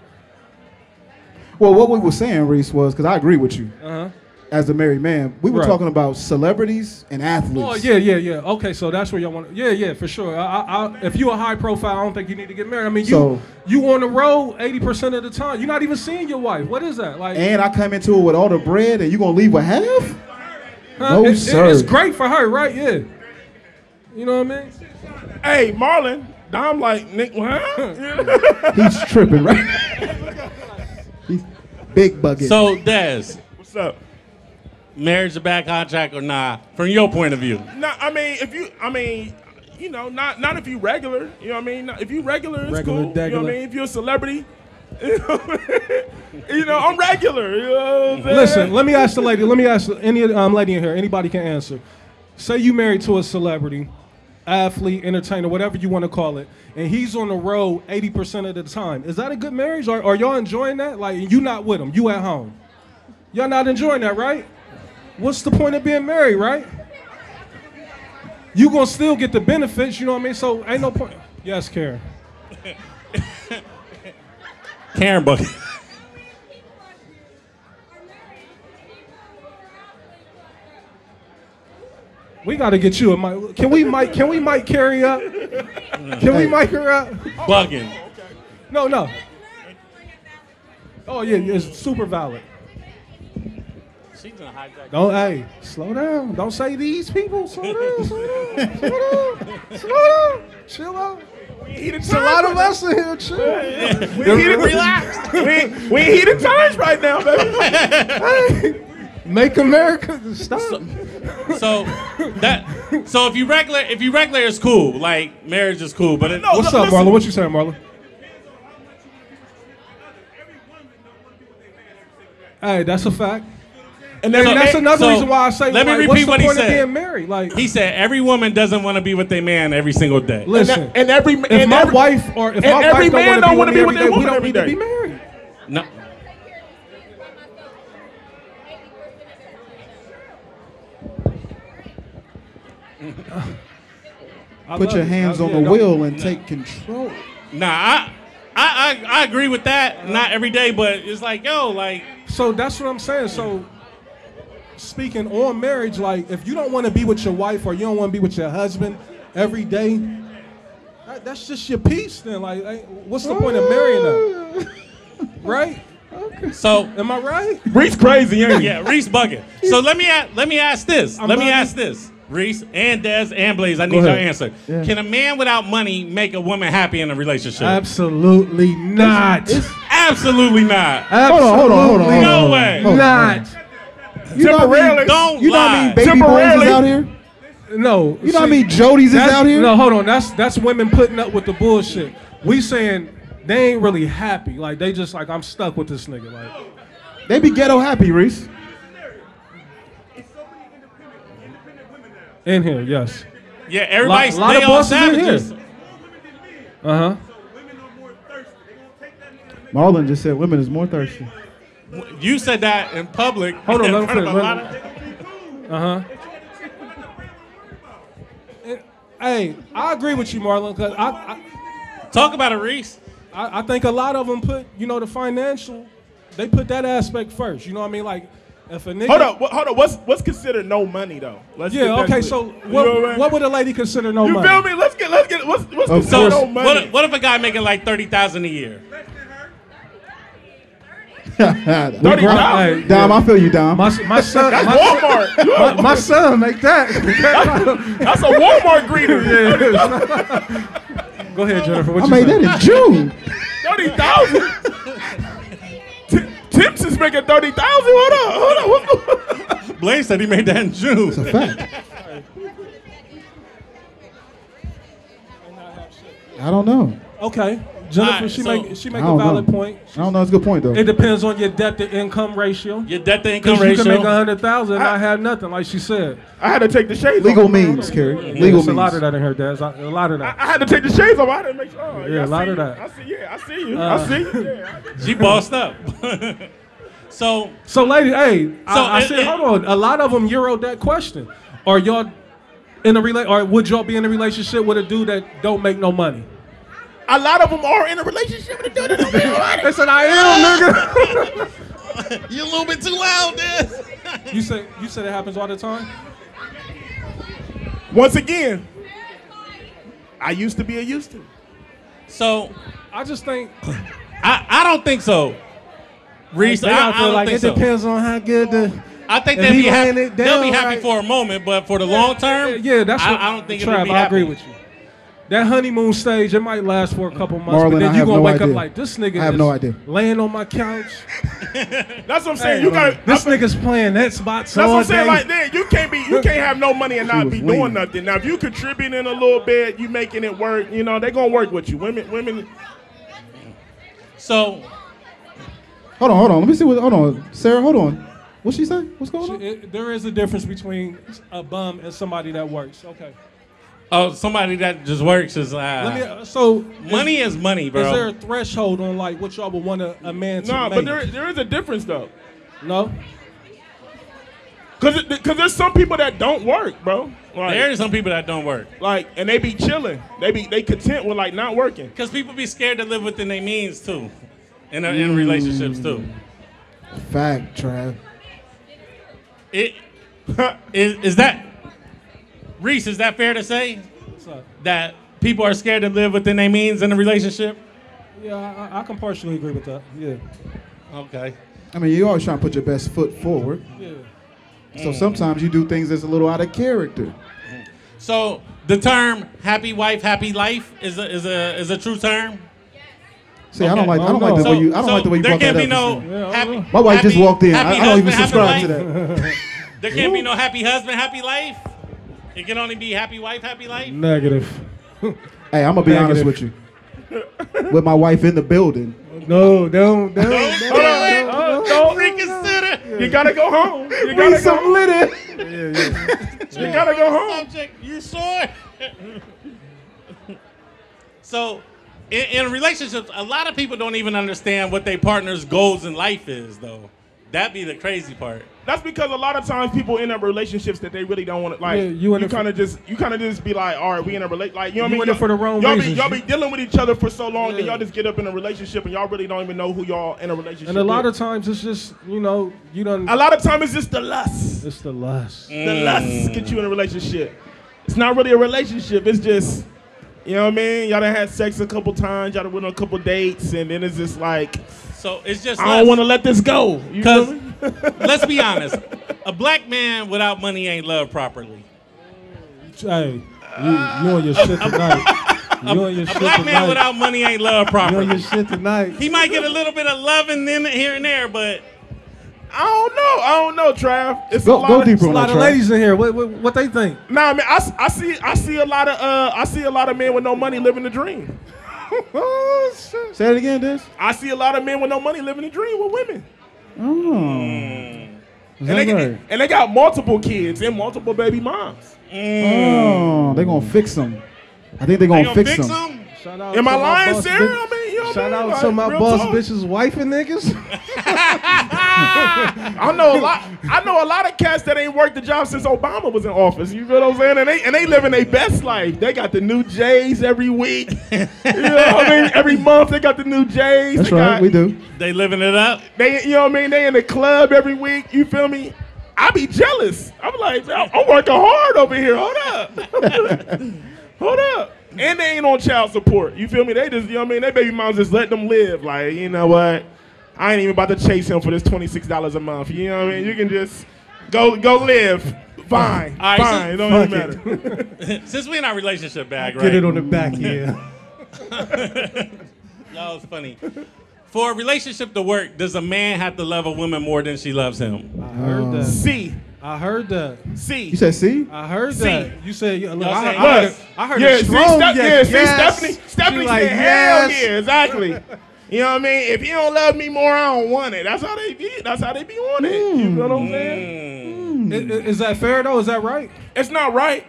Speaker 4: Well, what we were saying, Reese, was because I agree with you.
Speaker 2: uh huh.
Speaker 4: As a married man, we were
Speaker 2: Right.
Speaker 4: talking about celebrities and athletes.
Speaker 2: Oh yeah, yeah, yeah. Okay, so that's where y'all want. Yeah, yeah, for sure. I, I, I, if you're a high profile, I don't think you need to get married. I mean, you
Speaker 4: So-
Speaker 2: you on the road eighty percent of the time. You're not even seeing your wife. What is that like?
Speaker 4: And I come into it with all the bread, and you gonna leave with half?
Speaker 2: huh?
Speaker 4: no,
Speaker 2: It- it-
Speaker 4: sir.
Speaker 2: it's great for her, right? Yeah. You know what I mean?
Speaker 1: Hey, Marlon. I'm like Nick. Huh?
Speaker 4: He's tripping, right? He's big bucket.
Speaker 3: So Daz,
Speaker 1: What's up?
Speaker 3: marriage a bad contract or nah? From your point of view,
Speaker 1: No, I mean if you, I mean, you know, not not if you regular. You know what I mean? Not- If you regular, it's
Speaker 2: Regular,
Speaker 1: cool. You know what
Speaker 2: degular.
Speaker 1: I mean? If you're a celebrity, you know, you know, I'm regular. You know what I'm saying?
Speaker 2: Listen, let me ask the lady. Let me ask any um, lady in here. Anybody can answer. Say you married to a celebrity, athlete, entertainer, whatever you want to call it, and he's on the road eighty percent of the time. Is that a good marriage? Are, are y'all enjoying that? Like you not with him, you at home. Y'all not enjoying that, right? What's the point of being married, right? You gonna still get the benefits, you know what I mean? So ain't no point. Yes, Karen.
Speaker 3: Karen Bucket.
Speaker 2: We gotta get you a mic. Can we mic? Can we mic carry up? Can we mic her up?
Speaker 3: Bugging.
Speaker 2: No, no. Oh yeah, it's super valid.
Speaker 3: She's gonna hijack.
Speaker 2: Don't hey, slow down. Don't say these people. Slow down, slow down, slow down, slow down. Chill out.
Speaker 1: he the
Speaker 2: It's a lot of us in here. Chill. Hey,
Speaker 1: We ain't heated, relax. We ain't- we ain't heated times right now, baby.
Speaker 2: make America stop.
Speaker 3: So that so if you regular if you regular it's cool. Like marriage is cool, but it,
Speaker 1: No.
Speaker 2: What's
Speaker 1: li-
Speaker 2: up,
Speaker 1: listen.
Speaker 2: Marlon? What you saying, Marlon? Hey, that's a fact. And
Speaker 1: And then
Speaker 2: that's another
Speaker 3: so,
Speaker 2: reason why I say,
Speaker 3: let me
Speaker 2: like, what's
Speaker 3: repeat
Speaker 2: the
Speaker 3: what he
Speaker 2: point of
Speaker 3: said.
Speaker 2: being married? Like,
Speaker 3: he said every woman doesn't want to be with their man every single day.
Speaker 2: listen.
Speaker 1: and every and
Speaker 2: if my
Speaker 1: every,
Speaker 2: wife or if
Speaker 1: and
Speaker 2: my
Speaker 1: every
Speaker 2: wife don't,
Speaker 1: man
Speaker 2: want
Speaker 1: don't wanna
Speaker 2: to
Speaker 1: be
Speaker 2: be
Speaker 1: with
Speaker 2: with me every
Speaker 1: their
Speaker 2: day, we
Speaker 1: woman
Speaker 2: don't
Speaker 1: every
Speaker 2: need to
Speaker 1: day.
Speaker 2: be married.
Speaker 3: No.
Speaker 2: I
Speaker 4: Put
Speaker 2: love
Speaker 4: your
Speaker 2: it.
Speaker 4: hands
Speaker 2: I-
Speaker 4: on
Speaker 2: yeah,
Speaker 4: the
Speaker 2: no.
Speaker 4: wheel and take control.
Speaker 3: Nah, I I, I, I agree with that. Not every day, but it's like, yo, like
Speaker 2: So that's what I'm saying. So speaking on marriage, like if you don't want to be with your wife or you don't want to be with your husband every day, that, that's just your peace. Then, like, like, what's the point of marrying them? Right?
Speaker 3: so
Speaker 2: Am I right?
Speaker 1: Reese crazy, ain't he?
Speaker 3: yeah, Reese bugging. So let me a- let me ask this.
Speaker 2: I'm
Speaker 3: let me
Speaker 2: bugging.
Speaker 3: ask this. Reese and Des and Blaze, I need your
Speaker 4: ahead.
Speaker 3: answer.
Speaker 4: Yeah.
Speaker 3: Can a man without money make a woman happy in a relationship?
Speaker 2: Absolutely not.
Speaker 3: Absolutely not.
Speaker 4: Hold on, hold on, hold on, hold on.
Speaker 3: No
Speaker 4: hold on.
Speaker 3: way.
Speaker 4: Hold on, hold on.
Speaker 2: Not.
Speaker 4: You know what I
Speaker 1: Temporarily.
Speaker 4: mean?
Speaker 3: Don't
Speaker 4: You know what I
Speaker 3: lie.
Speaker 4: mean? Baby boys
Speaker 1: Temporarily.
Speaker 4: is out here.
Speaker 2: No.
Speaker 4: You know
Speaker 2: see-
Speaker 4: what I mean? Jody's is
Speaker 2: That's-
Speaker 4: out here.
Speaker 2: No, hold on. That's that's women putting up with the bullshit. We saying they ain't really happy. Like they just like I'm stuck with this nigga. Like
Speaker 4: They be ghetto happy, Reese.
Speaker 2: in here, yes.
Speaker 3: yeah, everybody's
Speaker 2: Lot- lot
Speaker 3: they
Speaker 2: of
Speaker 3: all
Speaker 2: bosses in here.
Speaker 3: savages.
Speaker 2: Uh huh.
Speaker 4: Marlon just said women is more thirsty.
Speaker 3: You said that in public.
Speaker 2: Hold on,
Speaker 3: in
Speaker 2: let me
Speaker 3: front of
Speaker 2: finish,
Speaker 3: a
Speaker 2: let me-
Speaker 3: lot
Speaker 2: Uh
Speaker 3: of-
Speaker 2: huh. Hey, I agree with you, Marlon, because I, I,
Speaker 3: Talk about it, Reese.
Speaker 2: I I think a lot of them put, you know, the financial, they put that aspect first. You know what I mean? Like, if a nigga.
Speaker 1: Hold up, wha- hold up. What's what's considered no money though? Let's get
Speaker 2: Yeah,
Speaker 1: that
Speaker 2: okay,
Speaker 1: clear.
Speaker 2: so
Speaker 1: You know what I
Speaker 2: what,
Speaker 1: mean?
Speaker 2: what would a lady consider no
Speaker 1: You
Speaker 2: money?
Speaker 1: feel me? Let's get let's get what's what's
Speaker 4: Of
Speaker 1: considered
Speaker 3: So,
Speaker 4: course.
Speaker 1: no money?
Speaker 3: what, what if a guy making like thirty thousand a year?
Speaker 4: Dom,
Speaker 1: Thirty thousand.
Speaker 2: Hey,
Speaker 4: I feel you, Ah, Dom.
Speaker 2: my, my son,
Speaker 1: That's
Speaker 2: my,
Speaker 1: Walmart. You-
Speaker 2: my, my son, make that.
Speaker 1: That's a Walmart greeter.
Speaker 2: Go ahead, Jennifer. What
Speaker 4: I
Speaker 2: you
Speaker 4: made
Speaker 2: say?
Speaker 4: that in June.
Speaker 1: Thirty thousand. Tips is making thirty thousand. Hold on, hold on. What's going-
Speaker 3: Blaze said he made that in June.
Speaker 4: Fact. I don't know.
Speaker 2: Okay, Jennifer,
Speaker 3: Alright,
Speaker 2: she
Speaker 3: so-
Speaker 2: make she
Speaker 4: I
Speaker 2: make a
Speaker 4: don't
Speaker 2: valid
Speaker 4: know.
Speaker 2: point.
Speaker 4: I don't know. It's a good point though.
Speaker 2: It depends on your debt to income ratio.
Speaker 3: Your debt to income
Speaker 2: Because you can make a
Speaker 3: ratio.
Speaker 2: hundred thousand and not have nothing, like she said.
Speaker 1: I had to take the shades
Speaker 4: Legal
Speaker 1: off.
Speaker 4: means, Kerry. Legal
Speaker 2: There's
Speaker 4: means.
Speaker 2: a lot of that in her, Daz. A a lot of
Speaker 1: I,
Speaker 2: that.
Speaker 1: I had to take the shades off. I had to make sure. oh,
Speaker 2: Yeah, a
Speaker 1: I
Speaker 2: lot
Speaker 1: see
Speaker 2: of
Speaker 1: you.
Speaker 2: that.
Speaker 1: I see. Yeah, I see you.
Speaker 2: Uh.
Speaker 1: I see you. Yeah, I-
Speaker 3: She bossed up. So
Speaker 2: So, ladies, hey,
Speaker 3: So
Speaker 2: I, I
Speaker 3: it-
Speaker 2: said,
Speaker 3: it-
Speaker 2: hold on. A lot of them euro that question. Are y'all in a rela- or would y'all be in a relationship with a dude that don't make no money?
Speaker 1: A lot of them are in a relationship with a dude that don't make money.
Speaker 2: They said, I am, nigga.
Speaker 3: you're a little bit too loud, there.
Speaker 2: you said you said it happens all the time.
Speaker 1: Once again, I used to be a used to.
Speaker 3: So
Speaker 2: I just think
Speaker 3: I, I don't think so. Reese,
Speaker 2: they
Speaker 3: I,
Speaker 2: all
Speaker 3: I
Speaker 2: feel
Speaker 3: don't
Speaker 2: like
Speaker 3: think
Speaker 2: it
Speaker 3: so.
Speaker 2: depends on how good the.
Speaker 3: I think
Speaker 2: If
Speaker 3: they'll
Speaker 2: he
Speaker 3: be happy.
Speaker 2: laying it
Speaker 3: they'll be
Speaker 2: down
Speaker 3: happy
Speaker 2: right-
Speaker 3: for a moment, but for the long term,
Speaker 2: Yeah, that's
Speaker 3: I,
Speaker 2: what,
Speaker 3: I don't think
Speaker 2: Trav,
Speaker 3: it'll be
Speaker 2: I agree
Speaker 3: happening.
Speaker 2: with you. That honeymoon stage, it might last for a couple months,
Speaker 4: Marlon,
Speaker 2: but
Speaker 4: I
Speaker 2: then you're
Speaker 4: have
Speaker 2: gonna
Speaker 4: no
Speaker 2: wake
Speaker 4: idea.
Speaker 2: up like this nigga.
Speaker 4: I have
Speaker 2: is
Speaker 4: no idea.
Speaker 2: Laying on my couch.
Speaker 1: That's what I'm saying.
Speaker 2: Hey,
Speaker 1: you got
Speaker 2: this nigga's playing Xbox
Speaker 1: That's
Speaker 2: all
Speaker 1: what I'm saying.
Speaker 2: day.
Speaker 1: Like, then you can't be, you can't have no money and not
Speaker 4: was
Speaker 1: be
Speaker 4: leaning.
Speaker 1: doing nothing. Now, if you contributing a little bit, you making it work. You know, they gonna work with you. Women, women.
Speaker 3: So
Speaker 4: Hold on, hold on. Let me see what. Hold on, Sarah. Hold on. What she say? What's going on?
Speaker 2: It- there is a difference between a bum and somebody that works. Okay.
Speaker 3: oh, somebody that just works is uh,
Speaker 2: Let me. uh, So
Speaker 3: money is money,
Speaker 2: Is,
Speaker 3: bro.
Speaker 2: is there a threshold on like what y'all would want a, a man to
Speaker 1: No, nah,
Speaker 2: make?
Speaker 1: but there, there is a difference though,
Speaker 2: no.
Speaker 1: cause, it- cause there's some people that don't work, bro. Like,
Speaker 3: there are some people that don't work
Speaker 1: like, and they be chilling. They be, they content with like not working.
Speaker 3: because people be scared to live within their means too, in a,
Speaker 4: Mm.
Speaker 3: in relationships too.
Speaker 4: Fact, Trav.
Speaker 3: It is, is that Reese? Is that fair to say
Speaker 2: What's up?
Speaker 3: that people are scared to live within their means in a relationship?
Speaker 2: Yeah, I, I- I can partially agree with that. Yeah.
Speaker 3: Okay.
Speaker 4: I mean, you always trying to put your best foot forward.
Speaker 2: Yeah.
Speaker 4: So sometimes you do things that's a little out of character.
Speaker 3: So the term "happy wife, happy life" is a is a is a true term.
Speaker 4: See, I don't
Speaker 2: Okay.
Speaker 4: like. I don't
Speaker 2: Oh,
Speaker 4: like the
Speaker 2: no.
Speaker 4: way you. I don't like the way you
Speaker 3: there
Speaker 4: brought
Speaker 3: can't
Speaker 4: that
Speaker 3: be
Speaker 4: up.
Speaker 3: no
Speaker 4: Christina.
Speaker 2: Yeah, I
Speaker 3: happy,
Speaker 2: don't
Speaker 4: My wife just
Speaker 3: happy-
Speaker 4: walked in.
Speaker 3: happy
Speaker 4: I, I don't even
Speaker 3: husband, happy
Speaker 4: subscribe to
Speaker 3: life.
Speaker 4: that.
Speaker 3: There can't be no happy husband, happy life. It can only be happy wife, happy life.
Speaker 2: Negative.
Speaker 4: Hey, I'm gonna be honest
Speaker 2: Negative.
Speaker 4: with you. With my wife in the building,
Speaker 2: No, don't, don't.
Speaker 3: Don't do it.
Speaker 1: Uh, don't-
Speaker 3: Reconsider.
Speaker 1: you gotta go home. You
Speaker 4: we
Speaker 1: gotta go.
Speaker 4: some litter.
Speaker 1: You gotta go home.
Speaker 3: Subject, you sure? so, in, in relationships, a lot of people don't even understand what their partner's goals in life is, though. That be the crazy part.
Speaker 1: That's because a lot of times people end up relationships that they really don't want to like.
Speaker 2: Yeah, you
Speaker 1: you
Speaker 2: in it for-
Speaker 1: kind of just you kind of just be like, all right, we in a relate like you know what
Speaker 2: You
Speaker 1: I mean.
Speaker 2: in it
Speaker 1: Y'all-
Speaker 2: for the wrong
Speaker 1: y'all
Speaker 2: reasons.
Speaker 1: Be, y'all be dealing with each other for so long that
Speaker 2: Yeah.
Speaker 1: y'all just get up in a relationship and y'all really don't even know who y'all in a relationship.
Speaker 2: And a lot
Speaker 1: with.
Speaker 2: of times it's just you know you don't.
Speaker 1: a lot of time it's just the lust.
Speaker 2: It's the lust.
Speaker 1: The
Speaker 2: Mm.
Speaker 1: lust get you in a relationship. It's not really a relationship. It's just you know what I mean. Y'all done had sex a couple times. Y'all done went on a couple dates, and then it's just like
Speaker 3: So it's just
Speaker 1: I don't
Speaker 3: less.
Speaker 1: want to let this go. You feel
Speaker 3: Because
Speaker 1: me?
Speaker 3: let's be honest, a black man without money ain't loved properly.
Speaker 2: Hey, you, you on your shit tonight. You on your
Speaker 3: A
Speaker 2: shit
Speaker 3: black man
Speaker 2: tonight.
Speaker 3: without money ain't loved
Speaker 2: You on your
Speaker 3: properly.
Speaker 2: shit tonight.
Speaker 3: He might get a little bit of loving in here and there, but
Speaker 1: I don't know. I don't know, Trav. It's a
Speaker 4: Go,
Speaker 1: lot
Speaker 4: go
Speaker 1: of-
Speaker 4: deeper
Speaker 2: A
Speaker 4: on
Speaker 2: lot
Speaker 4: that.
Speaker 2: of
Speaker 4: Trav.
Speaker 2: ladies in here. What, what, what they think?
Speaker 1: Nah, man, I, s- I see I see a lot of uh I see a lot of men with no money living the dream.
Speaker 4: Say it again, Des.
Speaker 1: I see a lot of men with no money living the dream with women,
Speaker 4: Oh. Is
Speaker 1: and they,
Speaker 4: that
Speaker 1: get-
Speaker 4: right?
Speaker 1: and they got multiple kids and multiple baby moms.
Speaker 4: Oh, they gonna fix them. I think they gonna,
Speaker 3: they gonna fix
Speaker 4: them.
Speaker 3: him.
Speaker 2: Shout out
Speaker 1: Am I
Speaker 2: to my
Speaker 1: lying,
Speaker 2: boss
Speaker 1: Sarah?
Speaker 2: bitch.
Speaker 1: I mean, you know what I
Speaker 2: Shout
Speaker 1: mean?
Speaker 2: out
Speaker 1: Like,
Speaker 2: to my
Speaker 1: real
Speaker 2: boss
Speaker 1: talk.
Speaker 2: bitch's wife and niggas.
Speaker 1: I know a lot. I know a lot of cats that ain't worked the job since Obama was in office. You feel what I'm saying? And they and they living their best life. They got the new J's every week. you know what I mean? Every month they got the new J's.
Speaker 4: That's
Speaker 1: They
Speaker 4: right.
Speaker 1: got-
Speaker 4: We do.
Speaker 3: They living it up.
Speaker 1: They, you know what I mean? They in the club every week. You feel me? I be jealous. I'm like, man, I'm working hard over here. Hold up, hold up. And they ain't on child support. You feel me? They just, you know what I mean? They baby moms just let them live. Like, you know what? I ain't even about to chase him for this twenty six dollars a month. You know what I mean? You can just go, go live. Fine,
Speaker 3: All right, so-
Speaker 1: fine. it don't even matter.
Speaker 3: Since we in our relationship bag, right?
Speaker 2: Get it on the back end.
Speaker 3: That was funny. For a relationship to work, does a man have to love a woman more than she loves him?
Speaker 2: I heard that.
Speaker 1: C,
Speaker 2: Um, I heard that.
Speaker 1: C.
Speaker 4: You said see?
Speaker 2: I heard
Speaker 3: See.
Speaker 2: that. You said, yeah, look,
Speaker 3: Y'all
Speaker 2: I,
Speaker 3: said
Speaker 2: I heard,
Speaker 1: yes.
Speaker 2: I heard
Speaker 1: yeah,
Speaker 2: a strong
Speaker 1: see, Steph-
Speaker 2: yes.
Speaker 1: yeah,
Speaker 2: yes.
Speaker 1: see, Stephanie,
Speaker 2: She
Speaker 1: Stephanie
Speaker 2: like,
Speaker 1: said, hell
Speaker 2: yes.
Speaker 1: yeah, exactly. you know what I mean? If you don't love me more, I don't want it. That's how they be. That's how they be on
Speaker 2: Hmm.
Speaker 1: Mm. it. You know what I'm saying?
Speaker 4: Mm.
Speaker 2: I- i- Is, that fair though? Is that right?
Speaker 1: It's not right.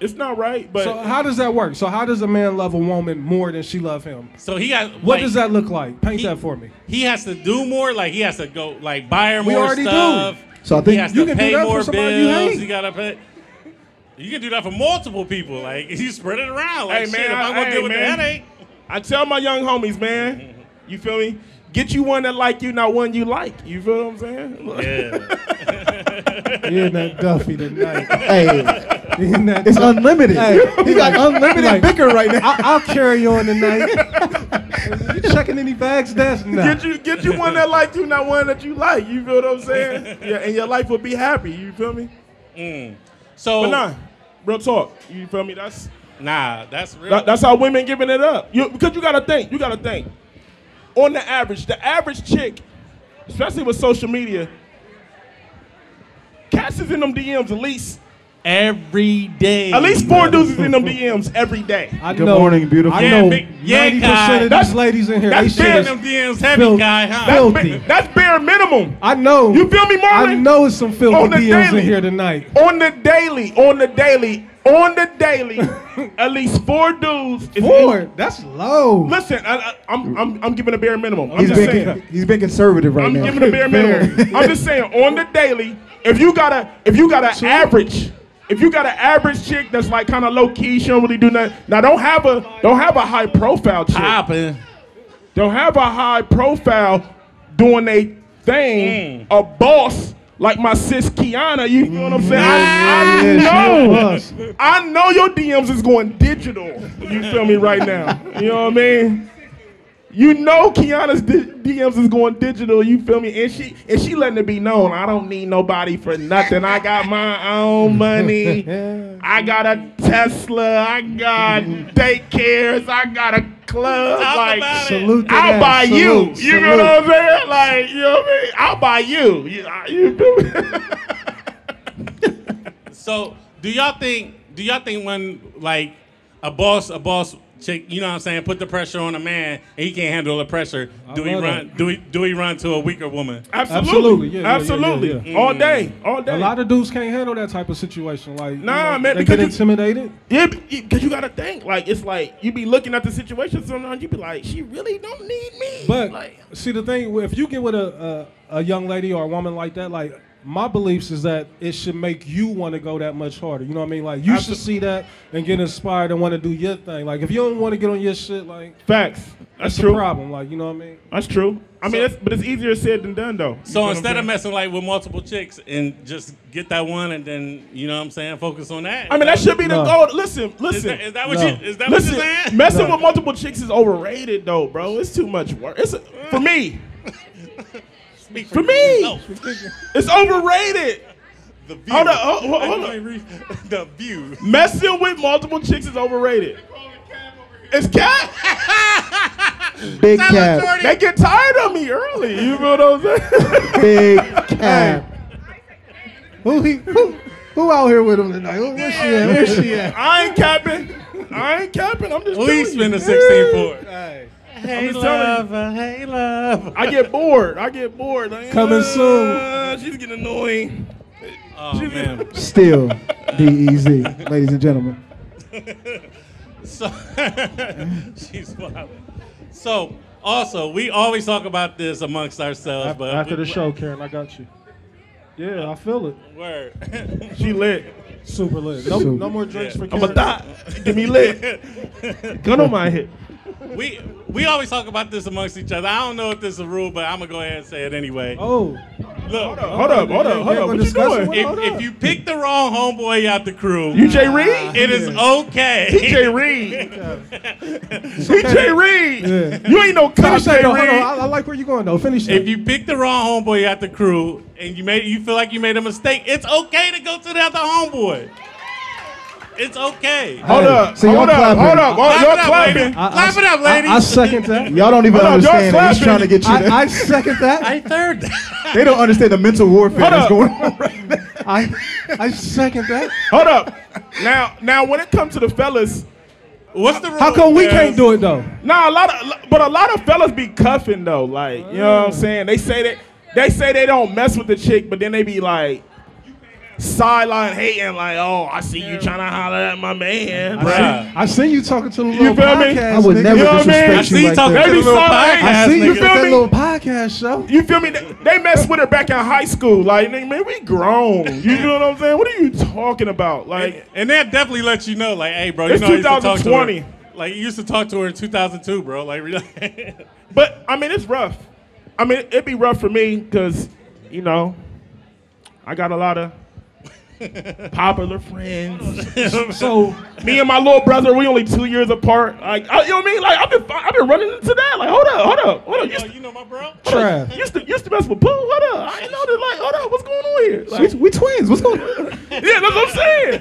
Speaker 1: It's not right, but
Speaker 2: So uh, how does that work? So how does a man love a woman more than she love him?
Speaker 3: So he got
Speaker 2: What
Speaker 3: like,
Speaker 2: does that look like? Paint
Speaker 3: he-
Speaker 2: that for me.
Speaker 3: He has to do more. Like he has to go like buy her
Speaker 2: We
Speaker 3: more
Speaker 2: already do.
Speaker 3: stuff.
Speaker 4: So I think
Speaker 3: he has
Speaker 2: you
Speaker 3: to
Speaker 2: can do
Speaker 3: pay
Speaker 2: that for
Speaker 3: more
Speaker 2: somebody you
Speaker 3: bills.
Speaker 2: hate.
Speaker 3: You gotta pay. You can do that for multiple people. Like you spread it around. Like
Speaker 1: Hey,
Speaker 3: shit,
Speaker 1: man,
Speaker 3: if I'm gonna
Speaker 1: hey,
Speaker 3: deal with the
Speaker 1: man.
Speaker 3: headache,
Speaker 1: I tell my young homies, man, you feel me? Get you one that like you, not one you like. You feel what I'm saying?
Speaker 3: yeah.
Speaker 2: He in that Duffy tonight.
Speaker 4: Hey,
Speaker 2: He in that
Speaker 4: it's
Speaker 2: Duffy.
Speaker 4: unlimited.
Speaker 2: Hey,
Speaker 4: He got unlimited
Speaker 2: like-
Speaker 4: bicker right now.
Speaker 2: I, I'll carry on tonight. you checking any bags? That's
Speaker 1: Get
Speaker 2: not.
Speaker 1: you get you one that like you, not one that you like. You feel what I'm saying? Yeah, and your life will be happy. You feel me?
Speaker 3: So
Speaker 2: Oh.
Speaker 1: But nah, real talk. You feel me? That's
Speaker 3: nah, that's real.
Speaker 1: that- that's how women giving it up. You, because you gotta think. You gotta think. On the average, the average chick, especially with social media, cats is in them DMs at least
Speaker 3: every day.
Speaker 1: at least four dudes is in them DMs every day.
Speaker 2: I
Speaker 4: Good morning, beautiful.
Speaker 2: I
Speaker 3: Yeah,
Speaker 2: know
Speaker 3: big- yeah,
Speaker 2: ninety
Speaker 3: guy.
Speaker 2: percent of
Speaker 1: That's-
Speaker 2: these ladies in here. They
Speaker 1: that's
Speaker 2: shit
Speaker 1: damn
Speaker 2: is,
Speaker 3: them DMs heavy
Speaker 2: Phil-
Speaker 3: guy, huh?
Speaker 1: That's,
Speaker 2: filthy.
Speaker 1: ba- that's bare minimum.
Speaker 2: I know.
Speaker 1: You feel me,
Speaker 2: I
Speaker 1: Marlon?
Speaker 2: know it's some filthy
Speaker 1: On the
Speaker 2: DMs
Speaker 1: daily.
Speaker 2: in here tonight.
Speaker 1: On the daily, on the daily, on the daily, at least four dudes. is in-
Speaker 2: Four. That's low.
Speaker 1: Listen, I, I, I'm, I'm I'm giving a bare minimum. I'm
Speaker 4: He's
Speaker 1: just
Speaker 4: been
Speaker 1: saying.
Speaker 4: he's been conservative right
Speaker 1: I'm
Speaker 4: now.
Speaker 1: giving a bare minimum. I'm just saying on the daily. If you got a if you got an average, if you got an average chick that's like kind of low key, she don't really do nothing. Now don't have a don't have a high profile chick.
Speaker 3: popping.
Speaker 1: Don't have a high profile doing a thing. A boss like my sis Kiana. You feel what I'm saying? I, I know. I know your DMs is going digital. You feel me right now? You know what I mean? You know Kiana's di- DMs is going digital. You feel me? And she and she letting it be known. I don't need nobody for nothing. I got my own money. I got a Tesla. I got daycares. I got a club.
Speaker 3: Talk
Speaker 1: like
Speaker 3: about it.
Speaker 2: Salute. to
Speaker 1: I'll
Speaker 2: that.
Speaker 1: buy you.
Speaker 2: Salute,
Speaker 1: You know
Speaker 2: salute.
Speaker 1: what I'm saying? Like you know what I mean? I'll buy you. You, I- you do.
Speaker 3: So do y'all think do y'all think when like a boss a boss chick, you know what I'm saying, put the pressure on a man and he can't handle the pressure, do he
Speaker 2: love
Speaker 3: run
Speaker 2: that.
Speaker 3: do he do he run to a weaker woman?
Speaker 1: Absolutely.
Speaker 2: Absolutely. Yeah, yeah, yeah,
Speaker 1: Absolutely.
Speaker 2: yeah,
Speaker 1: All day. All day.
Speaker 2: A lot of dudes can't handle that type of situation. Like,
Speaker 1: Nah,
Speaker 2: you know,
Speaker 1: man,
Speaker 2: they
Speaker 1: because
Speaker 2: get
Speaker 1: you-
Speaker 2: intimidated.
Speaker 1: Yeah, because you gotta think. Like it's like you be looking at the situation sometimes. You be like, she really don't need me.
Speaker 2: But
Speaker 1: like,
Speaker 2: see, the thing if you get with a, a a young lady or a woman like that, like my beliefs is that it should make you want to go that much harder. You know what I mean? Like you should
Speaker 1: Absol-
Speaker 2: see that and get inspired and want to do your thing. Like if you don't want to get on your shit, like
Speaker 1: facts. That's,
Speaker 2: that's
Speaker 1: true.
Speaker 2: a problem. Like you know what I mean?
Speaker 1: That's true. I mean,
Speaker 3: So-
Speaker 1: it's, but it's easier said than done, though. You know
Speaker 3: So
Speaker 1: what I'm
Speaker 3: instead of
Speaker 1: saying?
Speaker 3: messing like with multiple chicks and just get that one and then you know what I'm saying, focus on that.
Speaker 1: I mean, that should be
Speaker 2: No.
Speaker 1: the goal. Listen,
Speaker 3: is
Speaker 1: listen.
Speaker 3: that, is that what
Speaker 2: No.
Speaker 3: you is that
Speaker 1: Listen,
Speaker 3: what you're saying?
Speaker 1: messing
Speaker 2: No.
Speaker 1: with multiple chicks is overrated, though, bro. It's too much work. It's for me.
Speaker 3: Speak
Speaker 1: for me.
Speaker 3: yourself.
Speaker 1: It's overrated.
Speaker 3: The view.
Speaker 1: Hold on, hold- hold- hold on.
Speaker 3: The view.
Speaker 1: Messing with multiple chicks is overrated. It's cat.
Speaker 4: Big
Speaker 3: Tyler
Speaker 4: cap.
Speaker 3: Jordan.
Speaker 1: They get tired of me early. You feel what I'm saying?
Speaker 4: Big cap. Who he? Who, who out here with him tonight? Who- Where's she at? Where's she at?
Speaker 1: I ain't capping. I ain't capping. I'm just.
Speaker 3: Please spin
Speaker 1: telling you.
Speaker 3: the 16 four.
Speaker 2: Hey,
Speaker 3: Hey
Speaker 1: just telling you.
Speaker 3: love, hey love.
Speaker 1: I get bored. I get bored. Like,
Speaker 2: Coming soon.
Speaker 1: "Uh, She's getting annoying.
Speaker 3: Oh man.
Speaker 4: Still, D-E-Z, ladies and gentlemen.
Speaker 3: So she's wild. So also, we always talk about this amongst ourselves,
Speaker 2: after,
Speaker 3: but
Speaker 2: the show, Karen, I got you. Yeah, I feel it.
Speaker 3: Word.
Speaker 1: She lit.
Speaker 2: Super lit. No,
Speaker 4: Super.
Speaker 2: no more drinks
Speaker 3: Yeah.
Speaker 2: for
Speaker 1: I'm
Speaker 2: Karen.
Speaker 1: a thot. Give me lit. Gun on my head.
Speaker 3: we we always talk about this amongst each other. I don't know if this is a rule, but I'm gonna go ahead and say it anyway.
Speaker 2: Oh,
Speaker 3: Look,
Speaker 1: Hold up. Hold
Speaker 2: Yeah,
Speaker 1: up. Hold
Speaker 2: yeah,
Speaker 1: up.
Speaker 2: we're
Speaker 1: What you
Speaker 2: discussing
Speaker 1: doing?
Speaker 2: what-
Speaker 3: if,
Speaker 2: hold
Speaker 3: if
Speaker 2: up.
Speaker 3: you pick the wrong homeboy out the crew,
Speaker 1: You Jay Reed?
Speaker 3: it is okay.
Speaker 1: DJ Reed. DJ Reed. You ain't no cop,
Speaker 2: finish that
Speaker 1: Jay
Speaker 2: though. Hold on. I,
Speaker 1: Reed.
Speaker 2: I like where you're going though. Finish that.
Speaker 3: If you pick the wrong homeboy out the crew and you made you feel like you made a mistake, it's okay to go to the other homeboy. It's okay.
Speaker 1: Hold
Speaker 4: Hey,
Speaker 1: up.
Speaker 4: so y'all
Speaker 1: Hold up.
Speaker 4: clapping.
Speaker 1: Hold up. Oh,
Speaker 3: Clap
Speaker 1: Y'all
Speaker 3: it up,
Speaker 1: clapping.
Speaker 3: ladies. Clap it up, ladies.
Speaker 2: I, I second that.
Speaker 4: Y'all don't even
Speaker 1: Hold on, y'all
Speaker 4: understand that.
Speaker 1: clapping.
Speaker 4: He's trying to get you. to,
Speaker 2: I, I second that.
Speaker 3: I third.
Speaker 4: they don't understand the mental warfare
Speaker 1: Hold
Speaker 4: that's
Speaker 1: up.
Speaker 4: going on right now.
Speaker 2: I, I second that.
Speaker 1: Hold up. Now, now, when it comes to the fellas,
Speaker 3: What's the rule?
Speaker 2: How come we
Speaker 3: Yes.
Speaker 2: can't do it though?
Speaker 1: Nah, a lot of, but a lot of fellas be cuffing though. Like, you know what I'm saying? They say that they say they don't mess with the chick, but then they be like, sideline hating like, oh, I see you trying to holler at my man,
Speaker 3: Bruh.
Speaker 1: right?
Speaker 4: I seen you talking to the little
Speaker 1: You feel me?
Speaker 4: podcast.
Speaker 1: I
Speaker 4: would nigga.
Speaker 1: never
Speaker 4: You know what I mean?
Speaker 1: disrespect
Speaker 3: I
Speaker 1: you
Speaker 3: see you
Speaker 4: like
Speaker 3: talking
Speaker 4: that.
Speaker 3: to
Speaker 1: Maybe
Speaker 3: the little
Speaker 1: some- I
Speaker 4: I
Speaker 3: podcast
Speaker 4: seen you
Speaker 1: nigga.
Speaker 4: at
Speaker 1: Feel
Speaker 4: that
Speaker 1: me?
Speaker 4: little podcast show.
Speaker 1: You feel me? They- They messed with her back in high school. Like, nigga, man, we grown. You know what I'm saying? What are you talking about? Like,
Speaker 3: And that definitely lets you know, like, hey, bro, you
Speaker 1: It's
Speaker 3: know, I used to talk to her.
Speaker 1: 2020.
Speaker 3: Like, you used to talk to her in 2002, bro. Like, relax.
Speaker 1: but I mean, it's rough. I mean, it'd be rough for me because, you know, I got a lot of popular friends.
Speaker 2: So
Speaker 1: me and my little brother, we only two years apart. Like, I, you know what I mean? Like, I've been, I've been running into that. Like, hold up, hold up, hold up.
Speaker 3: Yo,
Speaker 1: Used to,
Speaker 3: Oh, you know my bro?
Speaker 2: Trav.
Speaker 1: used to, used to mess with Pooh. Hold up, I ain't know this. Like, hold up, what's going on here? Like,
Speaker 4: We, we twins. What's going on?
Speaker 1: yeah, that's what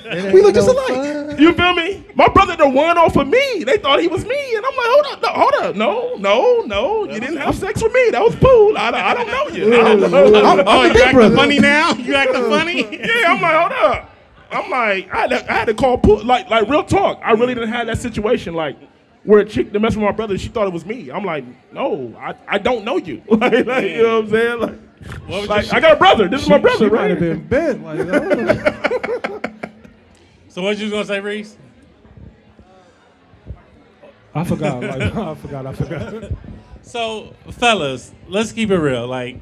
Speaker 1: I'm saying.
Speaker 4: We look just
Speaker 2: no
Speaker 4: alike.
Speaker 1: You feel me? My brother the one off of me. They thought he was me, and I'm like, hold up, no, hold up, no, no, no. You didn't have sex with me. That was Pooh. I, I don't know you. I don't know.
Speaker 4: I'm-
Speaker 3: Oh,
Speaker 4: I'm the
Speaker 3: you
Speaker 4: big
Speaker 3: acting
Speaker 4: brother.
Speaker 3: funny now? You acting funny?
Speaker 1: Yeah, I'm like, hold up. I'm like, I had to, I had to call Pooh. Like, like real talk. I really didn't have that situation. Like, where a chick that messed with my brother, she thought it was me. I'm like, no, I, I don't know you. like, like, you know what I'm saying? Like,
Speaker 3: What was your
Speaker 1: like
Speaker 3: shit?
Speaker 1: I got a brother. This is my brother,
Speaker 2: she
Speaker 1: right?
Speaker 2: might have been bent. Like, oh.
Speaker 3: So what you gonna say, Reese?
Speaker 2: I forgot. Like, I forgot. I forgot.
Speaker 3: So, fellas, let's keep it real. Like,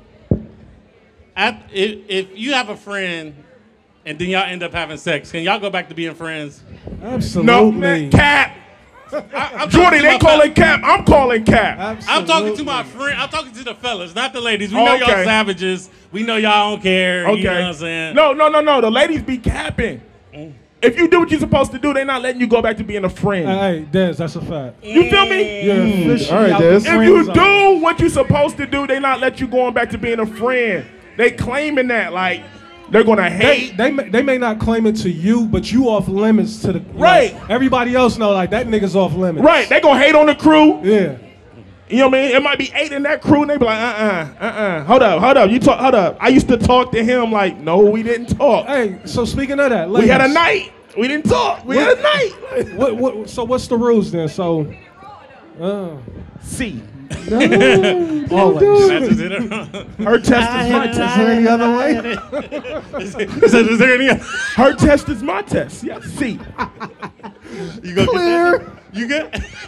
Speaker 3: I, if, if you have a friend and then y'all end up having sex, can y'all go back to being friends?
Speaker 2: Absolutely.
Speaker 1: No, man, cap.
Speaker 3: I'm talking
Speaker 1: Jordy,
Speaker 3: to
Speaker 1: they
Speaker 3: my
Speaker 1: call
Speaker 3: fel-
Speaker 1: it cap. I'm calling cap.
Speaker 2: Absolutely.
Speaker 3: I'm talking to my friend. I'm talking to the fellas, not the ladies. We know y'all
Speaker 1: Okay.
Speaker 3: savages. We know y'all don't care.
Speaker 1: Okay.
Speaker 3: You know what I'm saying? Mm.
Speaker 1: No, no, no, no. The ladies be capping. If you do what you're supposed to do, they're not letting you go back to being a friend.
Speaker 2: Hey, Dez, that's a fact.
Speaker 1: you feel me?
Speaker 2: You're
Speaker 3: Mm.
Speaker 4: all
Speaker 2: officially
Speaker 4: right,
Speaker 2: out
Speaker 4: Dez.
Speaker 2: the
Speaker 4: If
Speaker 1: If
Speaker 2: friend
Speaker 1: you
Speaker 2: zone.
Speaker 1: do what you're supposed to do, they not let you going back to being a friend. They claiming that like they're gonna
Speaker 2: They,
Speaker 1: hate.
Speaker 2: they, may, they may not claim it to you, but you off limits to the
Speaker 1: Right.
Speaker 2: like, everybody else know like that nigga's off limits.
Speaker 1: right? They gonna hate on the crew.
Speaker 2: Yeah.
Speaker 1: You know what I mean? It might be eight in that crew, and they be like, uh, uh-uh, uh, Hold up, hold up. You talk, hold up. I used to talk to him like, no, we didn't talk.
Speaker 2: Hey, so speaking of that,
Speaker 1: we had a
Speaker 2: ladies,
Speaker 1: night. We didn't talk. We had a night.
Speaker 2: What, what, so what's the rules then? So, uh,
Speaker 1: See,
Speaker 2: always.
Speaker 3: That's just it.
Speaker 1: her test is my
Speaker 4: Is
Speaker 1: test.
Speaker 4: there any other way?
Speaker 3: He said, "Is there any?" other-"
Speaker 1: Her test is my test. Yeah. See.
Speaker 3: You go
Speaker 4: Clear.
Speaker 3: You good?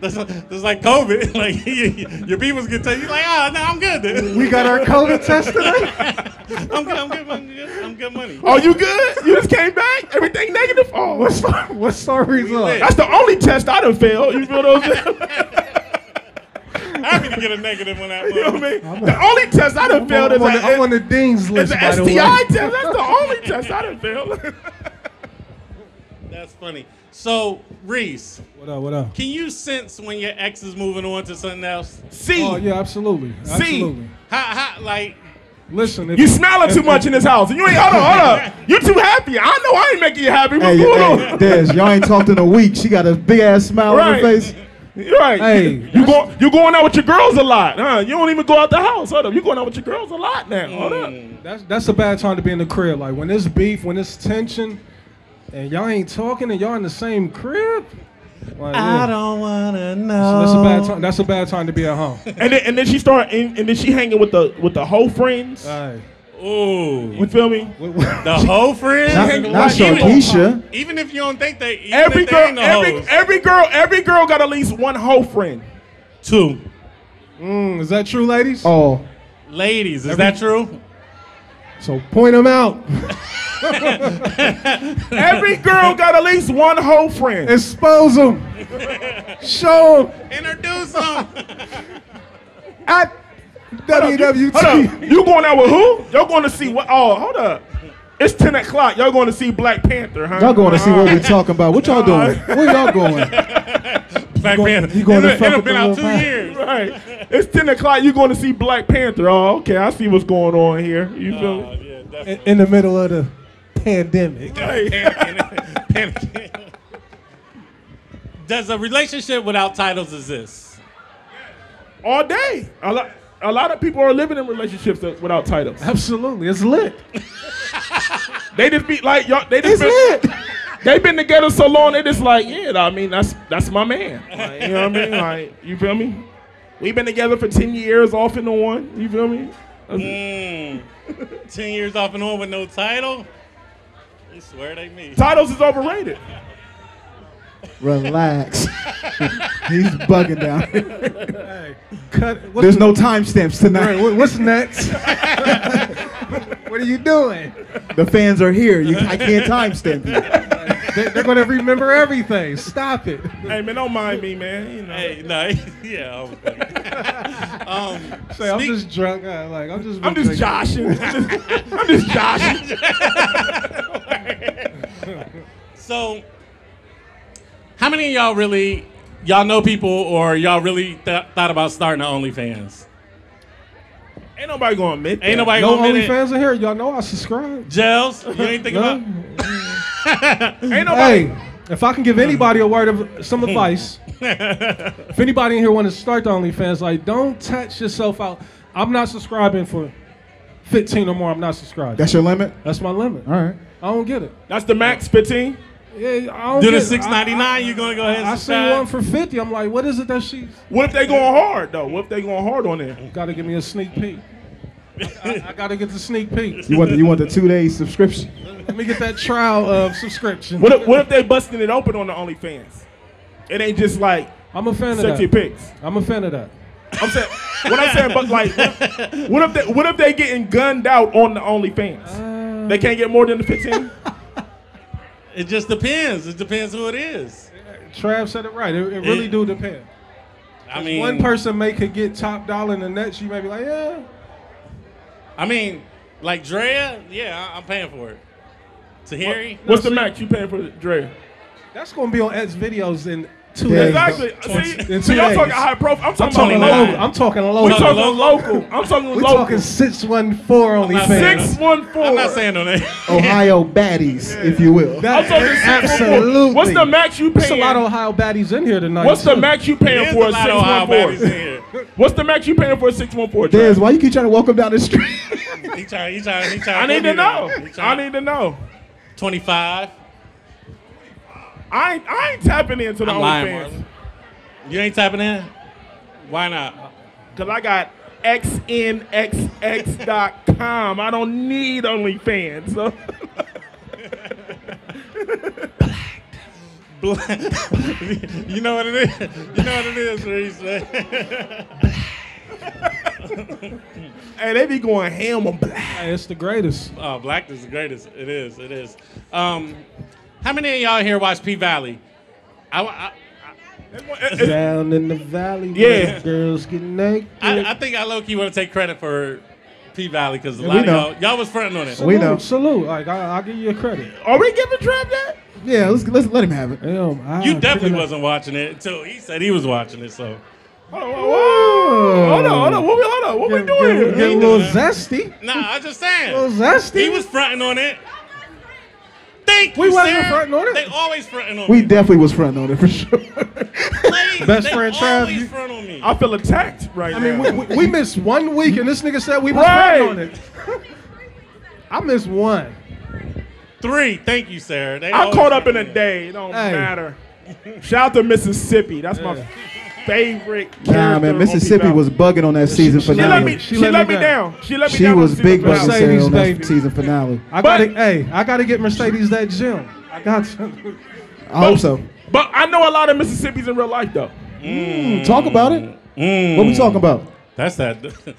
Speaker 3: that's, that's like COVID. Like your people's get tell you like, ah, no, I'm good. Dude.
Speaker 4: We got our COVID test today.
Speaker 3: I'm good. I'm good. I'm good. I'm good money.
Speaker 1: Oh, you good? You just came back? Everything negative? Oh, what's
Speaker 4: What's our result?
Speaker 3: lit.
Speaker 1: That's the only test I done failed. You feel what I'm saying?
Speaker 3: Happy to get a negative on that
Speaker 1: You know
Speaker 3: one.
Speaker 1: what I mean? The only test I done
Speaker 4: I'm on,
Speaker 1: failed
Speaker 4: I'm
Speaker 1: is
Speaker 4: on the, I'm on
Speaker 1: a-
Speaker 4: the Dings
Speaker 1: is
Speaker 4: list,
Speaker 1: an
Speaker 4: by
Speaker 1: STI
Speaker 4: the way.
Speaker 1: test. That's the only test I done failed.
Speaker 3: That's funny. So Reese,
Speaker 2: What up? What up?
Speaker 3: can you sense when your ex is moving on to something else?
Speaker 1: See,
Speaker 2: Oh yeah, absolutely. Absolutely.
Speaker 3: How, how like
Speaker 2: Listen, if
Speaker 1: you smiling too much in this house. You ain't, hold on, hold up. You too happy. I know I ain't making you happy. What's
Speaker 4: Hey,
Speaker 1: going
Speaker 4: hey, Des, y'all ain't talked in a week. She got a big ass smile on her
Speaker 1: Right.
Speaker 4: face.
Speaker 1: on? You're right.
Speaker 2: Hey,
Speaker 1: you go, you going out with your girls a lot, huh? You don't even go out the house. Hold up. You going out with your girls a lot now. Hold up.
Speaker 2: That's that's a bad time to be in the crib. Like when there's beef, when there's tension, and y'all ain't talking, and y'all in the same crib. Like, yeah.
Speaker 3: don't wanna know.
Speaker 2: That's a bad time. That's a bad time to be at home.
Speaker 1: And then, and then she start and, and then she hanging with the with the whole friends.
Speaker 2: Hey,
Speaker 3: Ooh,
Speaker 1: You feel me?
Speaker 3: the whole friend.
Speaker 4: Not, not
Speaker 3: even,
Speaker 4: Shaquisha.
Speaker 3: even if you don't think they, even
Speaker 1: Every
Speaker 3: if they
Speaker 1: girl,
Speaker 3: ain't no
Speaker 1: every
Speaker 3: hoes.
Speaker 1: every girl, every girl got at least one hoe friend.
Speaker 3: two
Speaker 2: Mm, is that true, ladies?
Speaker 4: Oh,
Speaker 3: ladies. Is that true?
Speaker 4: so point them out.
Speaker 1: Every girl got at least one hoe friend.
Speaker 4: Expose them. Show them
Speaker 3: Introduce them.
Speaker 4: at
Speaker 1: Hold up,
Speaker 4: WWT.
Speaker 1: you going out with who? Y'all going to see what? Oh, hold up, it's ten o'clock. Y'all going to see Black Panther, huh?
Speaker 4: Y'all going to see what we're talking about. What y'all doing? Where y'all going?
Speaker 3: Black Panther.
Speaker 4: you going to
Speaker 3: It'll- it'll
Speaker 4: fuck with
Speaker 3: been
Speaker 4: the
Speaker 3: out
Speaker 4: little
Speaker 3: two
Speaker 4: man.
Speaker 3: years.
Speaker 1: Right, it's ten o'clock. You going to see Black Panther? Oh, okay, I see what's going on here. You feel?
Speaker 3: Oh,
Speaker 1: me?
Speaker 3: yeah,
Speaker 2: In,
Speaker 3: definitely.
Speaker 2: in the middle of the pandemic.
Speaker 3: Panicking. Does a relationship without titles exist?
Speaker 1: All day. A lot, a lot of people are living in relationships that- without titles.
Speaker 2: Absolutely, it's lit.
Speaker 1: They just be like, y'all, they just
Speaker 4: It's
Speaker 1: been,
Speaker 4: it.
Speaker 1: They've been together so long, they just like, yeah, I mean, that's that's my man. Like, you know what I mean? Like, you feel me? We've been together for 10 years off and on. You feel me? That's-
Speaker 3: Mm. Ten years off and on with no title. I swear it ain't me.
Speaker 1: Titles is overrated.
Speaker 4: Relax. He's bugging down. here.
Speaker 2: Hey, cut. What's,
Speaker 4: There's no timestamps
Speaker 2: Right,
Speaker 4: tonight.
Speaker 2: what- what's next?
Speaker 4: What are you doing? The fans are here. You, I can't timestamp you.
Speaker 2: they, are gonna remember everything. Stop it.
Speaker 1: Hey man, don't mind me, man. You know.
Speaker 3: Hey, no, yeah. I'm funny. um,
Speaker 2: Say, I'm
Speaker 3: speak-
Speaker 2: just drunk. uh, like I'm just.
Speaker 1: I'm
Speaker 2: been
Speaker 1: just
Speaker 2: drinking.
Speaker 1: joshing. I'm just, I'm just joshing.
Speaker 3: So, how many of y'all really y'all know people or y'all really th- thought about starting an OnlyFans?
Speaker 1: Ain't nobody gonna admit. That.
Speaker 3: Ain't nobody
Speaker 2: No
Speaker 3: gonna admit it.
Speaker 2: OnlyFans in here. Y'all know I subscribe.
Speaker 3: Gels, you ain't thinking
Speaker 2: No?
Speaker 3: about.
Speaker 1: Ain't nobody. Hmm.
Speaker 2: Hey, if I can give anybody a word of some advice, if anybody in here want to start the OnlyFans, like don't touch yourself out. I'm not subscribing for 15 or more. I'm not subscribing.
Speaker 4: That's your limit?
Speaker 2: That's my limit.
Speaker 4: All right.
Speaker 2: I don't get it.
Speaker 1: That's the max 15.
Speaker 2: Yeah, I don't
Speaker 3: Do the
Speaker 2: get it.
Speaker 3: six ninety nine. You gonna go ahead?
Speaker 2: I, I
Speaker 3: and
Speaker 2: see
Speaker 3: subscribe?
Speaker 2: one for 50. I'm like, what is it that she's
Speaker 1: What if they going hard though? What if they going hard on there?
Speaker 2: got to give me a sneak peek? I, I got to get the sneak peek.
Speaker 4: You want the, you want the two day subscription?
Speaker 2: Let me get that trial of subscription.
Speaker 1: What if, what if they busting it open on the OnlyFans? It ain't just like
Speaker 2: I'm a fan of
Speaker 1: sexy
Speaker 2: that.
Speaker 1: pics.
Speaker 2: I'm a fan of that.
Speaker 1: I'm saying what I'm saying, but like, what, what if they what if they getting gunned out on the OnlyFans? they can't get more than the 15.
Speaker 3: It just depends. It depends who it is.
Speaker 2: Trav said it right. It, it really
Speaker 3: It-
Speaker 2: do depend.
Speaker 3: I mean,
Speaker 2: One person may could get top dollar, and the next you may be like, yeah.
Speaker 3: I mean, like Drea. Yeah, I, I'm paying for it. Tahiri.
Speaker 1: What's the max you paying for Dre?
Speaker 2: That's gonna be on X videos in two
Speaker 4: Yeah.
Speaker 2: days.
Speaker 1: Exactly. See,
Speaker 2: in
Speaker 1: see
Speaker 2: two
Speaker 1: y'all talking
Speaker 2: days.
Speaker 1: high profile. I'm talking,
Speaker 3: talking
Speaker 1: about
Speaker 2: Low,
Speaker 1: local.
Speaker 3: low.
Speaker 2: I'm talking low.
Speaker 1: we
Speaker 3: No,
Speaker 1: talking
Speaker 3: local.
Speaker 1: local. I'm talking
Speaker 2: We're
Speaker 1: local.
Speaker 2: talking six one four
Speaker 3: saying-
Speaker 2: OnlyFans.
Speaker 1: six one four.
Speaker 3: I'm not saying no name.
Speaker 4: Ohio baddies, if you will.
Speaker 1: I'm
Speaker 2: That,
Speaker 1: talking six one four.
Speaker 4: Absolutely.
Speaker 1: What's the max you
Speaker 2: there's a lot of
Speaker 1: paying?
Speaker 2: Ohio baddies in here tonight.
Speaker 1: What's the
Speaker 2: too.
Speaker 1: max you
Speaker 3: There's
Speaker 1: paying for
Speaker 3: a
Speaker 1: a
Speaker 3: lot of Ohio baddies in
Speaker 1: 614?
Speaker 3: here.
Speaker 1: What's the max you paying for a 614? Dre?
Speaker 4: Dez, why you keep trying to walk him down the street?
Speaker 3: He trying. He trying. He
Speaker 1: I
Speaker 3: trying.
Speaker 1: need to know. I need to know.
Speaker 3: twenty five.
Speaker 1: I ain't, I ain't tapping into the
Speaker 3: I'm lying,
Speaker 1: OnlyFans
Speaker 3: Marlon. You ain't tapping in. Why not?
Speaker 1: because I got xnxx.com. I don't need OnlyFans. So.
Speaker 3: Bl- you know what it is. You know what it is, Reese. man.
Speaker 1: Hey, they be going ham on black.
Speaker 2: Hey, it's the greatest.
Speaker 3: oh, black is the greatest. It is. It is. Um, how many of y'all here watch P Valley? I, I,
Speaker 1: It's-
Speaker 2: Down in the valley,
Speaker 1: Yeah.
Speaker 2: where the girls get naked.
Speaker 3: I, I think I low key want to take credit for P Valley because a
Speaker 4: Yeah,
Speaker 3: lot of
Speaker 4: we know.
Speaker 3: y'all, y'all was fronting on it.
Speaker 4: We know.
Speaker 2: Salute, Salute. Like I, I give you credit.
Speaker 1: Are we giving Trev that?
Speaker 4: yeah, let's, let's let him have it.
Speaker 2: Damn, I-
Speaker 3: You definitely
Speaker 2: I-
Speaker 3: wasn't watching it until he said he was watching it. So
Speaker 1: Hold on, hold on, hold on, hold on. What we, hold on. What we
Speaker 2: Get,
Speaker 1: doing
Speaker 2: get,
Speaker 1: here?
Speaker 2: get a little zesty.
Speaker 3: nah, I'm just
Speaker 2: A little
Speaker 3: saying
Speaker 2: zesty.
Speaker 3: he was fronting on it. Thank
Speaker 2: We
Speaker 3: you,
Speaker 2: wasn't
Speaker 3: Sarah.
Speaker 2: fronting on it.
Speaker 3: They always fronting on
Speaker 4: We
Speaker 3: me.
Speaker 4: definitely was fronting on it for sure.
Speaker 3: Ladies,
Speaker 2: Best
Speaker 3: they
Speaker 2: friend Trav,
Speaker 3: always
Speaker 2: you-
Speaker 3: front on me.
Speaker 1: I feel attacked right
Speaker 2: I mean,
Speaker 1: now.
Speaker 2: we, we, we missed one week, and this nigga said we was
Speaker 1: Right.
Speaker 2: fronting on it. I missed one.
Speaker 3: Three. Thank you, Sarah. They
Speaker 1: I'm
Speaker 3: always
Speaker 1: caught up in a
Speaker 3: front on me.
Speaker 1: day. It don't
Speaker 2: Hey.
Speaker 1: matter. Shout out to Mississippi. That's my favorite.
Speaker 4: nah,
Speaker 1: character
Speaker 4: man,
Speaker 1: on
Speaker 4: Mississippi
Speaker 1: P-Valley.
Speaker 4: was bugging on that season
Speaker 1: She let me.
Speaker 4: finale.
Speaker 1: She, let, me down. She let me
Speaker 4: She
Speaker 1: down. on
Speaker 4: was
Speaker 1: season
Speaker 4: big
Speaker 1: finale.
Speaker 4: bugging Sarah on
Speaker 2: Mercedes, baby.
Speaker 4: that season finale.
Speaker 2: I
Speaker 1: But-
Speaker 2: got to Hey, I got to get Mercedes that gym. I got you.
Speaker 4: I hope so.
Speaker 1: But I know a lot of Mississippi's in real life though.
Speaker 4: Talk about it.
Speaker 3: Mm.
Speaker 4: What we talking about?
Speaker 3: That's that.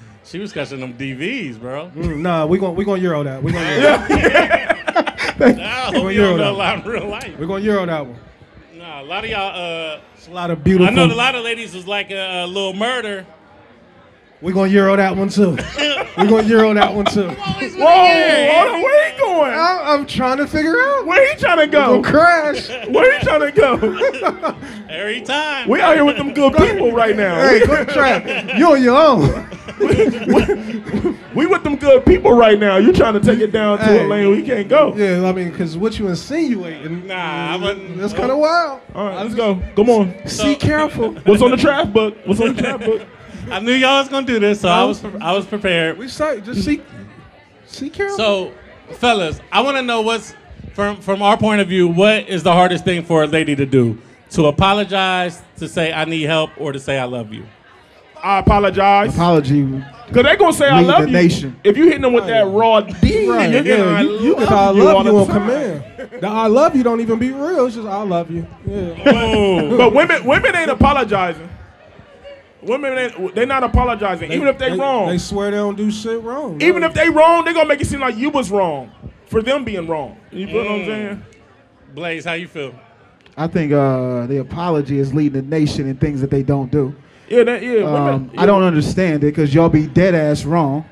Speaker 3: she was catching them DVs, bro.
Speaker 2: Mm, nah, we gon' we gonna euro that. We gonna euro,
Speaker 3: I hope
Speaker 2: Well,
Speaker 3: you don't
Speaker 2: you're
Speaker 3: know a
Speaker 2: right.
Speaker 3: lot in real life.
Speaker 2: we gonna euro that one.
Speaker 3: Nah, a lot of y'all.
Speaker 2: It's a lot of
Speaker 3: Uh, I
Speaker 2: beautiful.
Speaker 3: know a lot of ladies was like a, little murder.
Speaker 2: We gonna euro that one too. we gonna euro that one too.
Speaker 3: Always
Speaker 1: Whoa, hold on, where he going?
Speaker 2: I, I'm trying to figure out.
Speaker 1: Where he trying to
Speaker 2: Don't
Speaker 1: go?
Speaker 2: crash.
Speaker 1: Where he trying to go?
Speaker 3: every time.
Speaker 1: We out here with them good people right now.
Speaker 4: Hey, go trap. You on your own.
Speaker 1: We with them good people right now. You trying to take it down to
Speaker 2: Hey.
Speaker 1: a lane we can't go?
Speaker 2: Yeah, I mean, cause what you insinuating?
Speaker 3: Nah, I wouldn't-
Speaker 2: that's kind of wild.
Speaker 1: All right, let's go. Come on.
Speaker 2: Be careful.
Speaker 1: What's on the draft book? What's on the draft book?
Speaker 3: I knew y'all was gonna do this, so I was pre- I was prepared.
Speaker 2: We say just see, see careful.
Speaker 3: So, fellas, I want to know what's from from our point of view. What is the hardest thing for a lady to do? To apologize, to say I need help, or to say I love you.
Speaker 1: I apologize.
Speaker 4: Apology.
Speaker 1: Because they're going to say, I
Speaker 4: Lead the
Speaker 1: love you.
Speaker 4: nation.
Speaker 1: If you hitting them with that raw D,
Speaker 2: Right,
Speaker 1: nigga,
Speaker 2: yeah,
Speaker 1: I
Speaker 2: you, you
Speaker 1: love
Speaker 2: can I
Speaker 1: you all
Speaker 2: love you
Speaker 1: the
Speaker 2: on
Speaker 1: time.
Speaker 2: command. The I love you don't even be real. It's just I love you. Yeah.
Speaker 3: Boom.
Speaker 1: But women, women ain't apologizing. Women ain't, they not apologizing, even if they, wrong.
Speaker 2: They swear they don't do shit wrong.
Speaker 1: even if they wrong, they gonna make it seem like you was wrong for them being wrong. You feel what I'm saying?
Speaker 3: Blaze, how you feel?
Speaker 4: I think uh, the apology is leading the nation in things that they don't do.
Speaker 1: Yeah, that, yeah.
Speaker 4: Um,
Speaker 1: women,
Speaker 4: I don't understand it because y'all be dead ass wrong.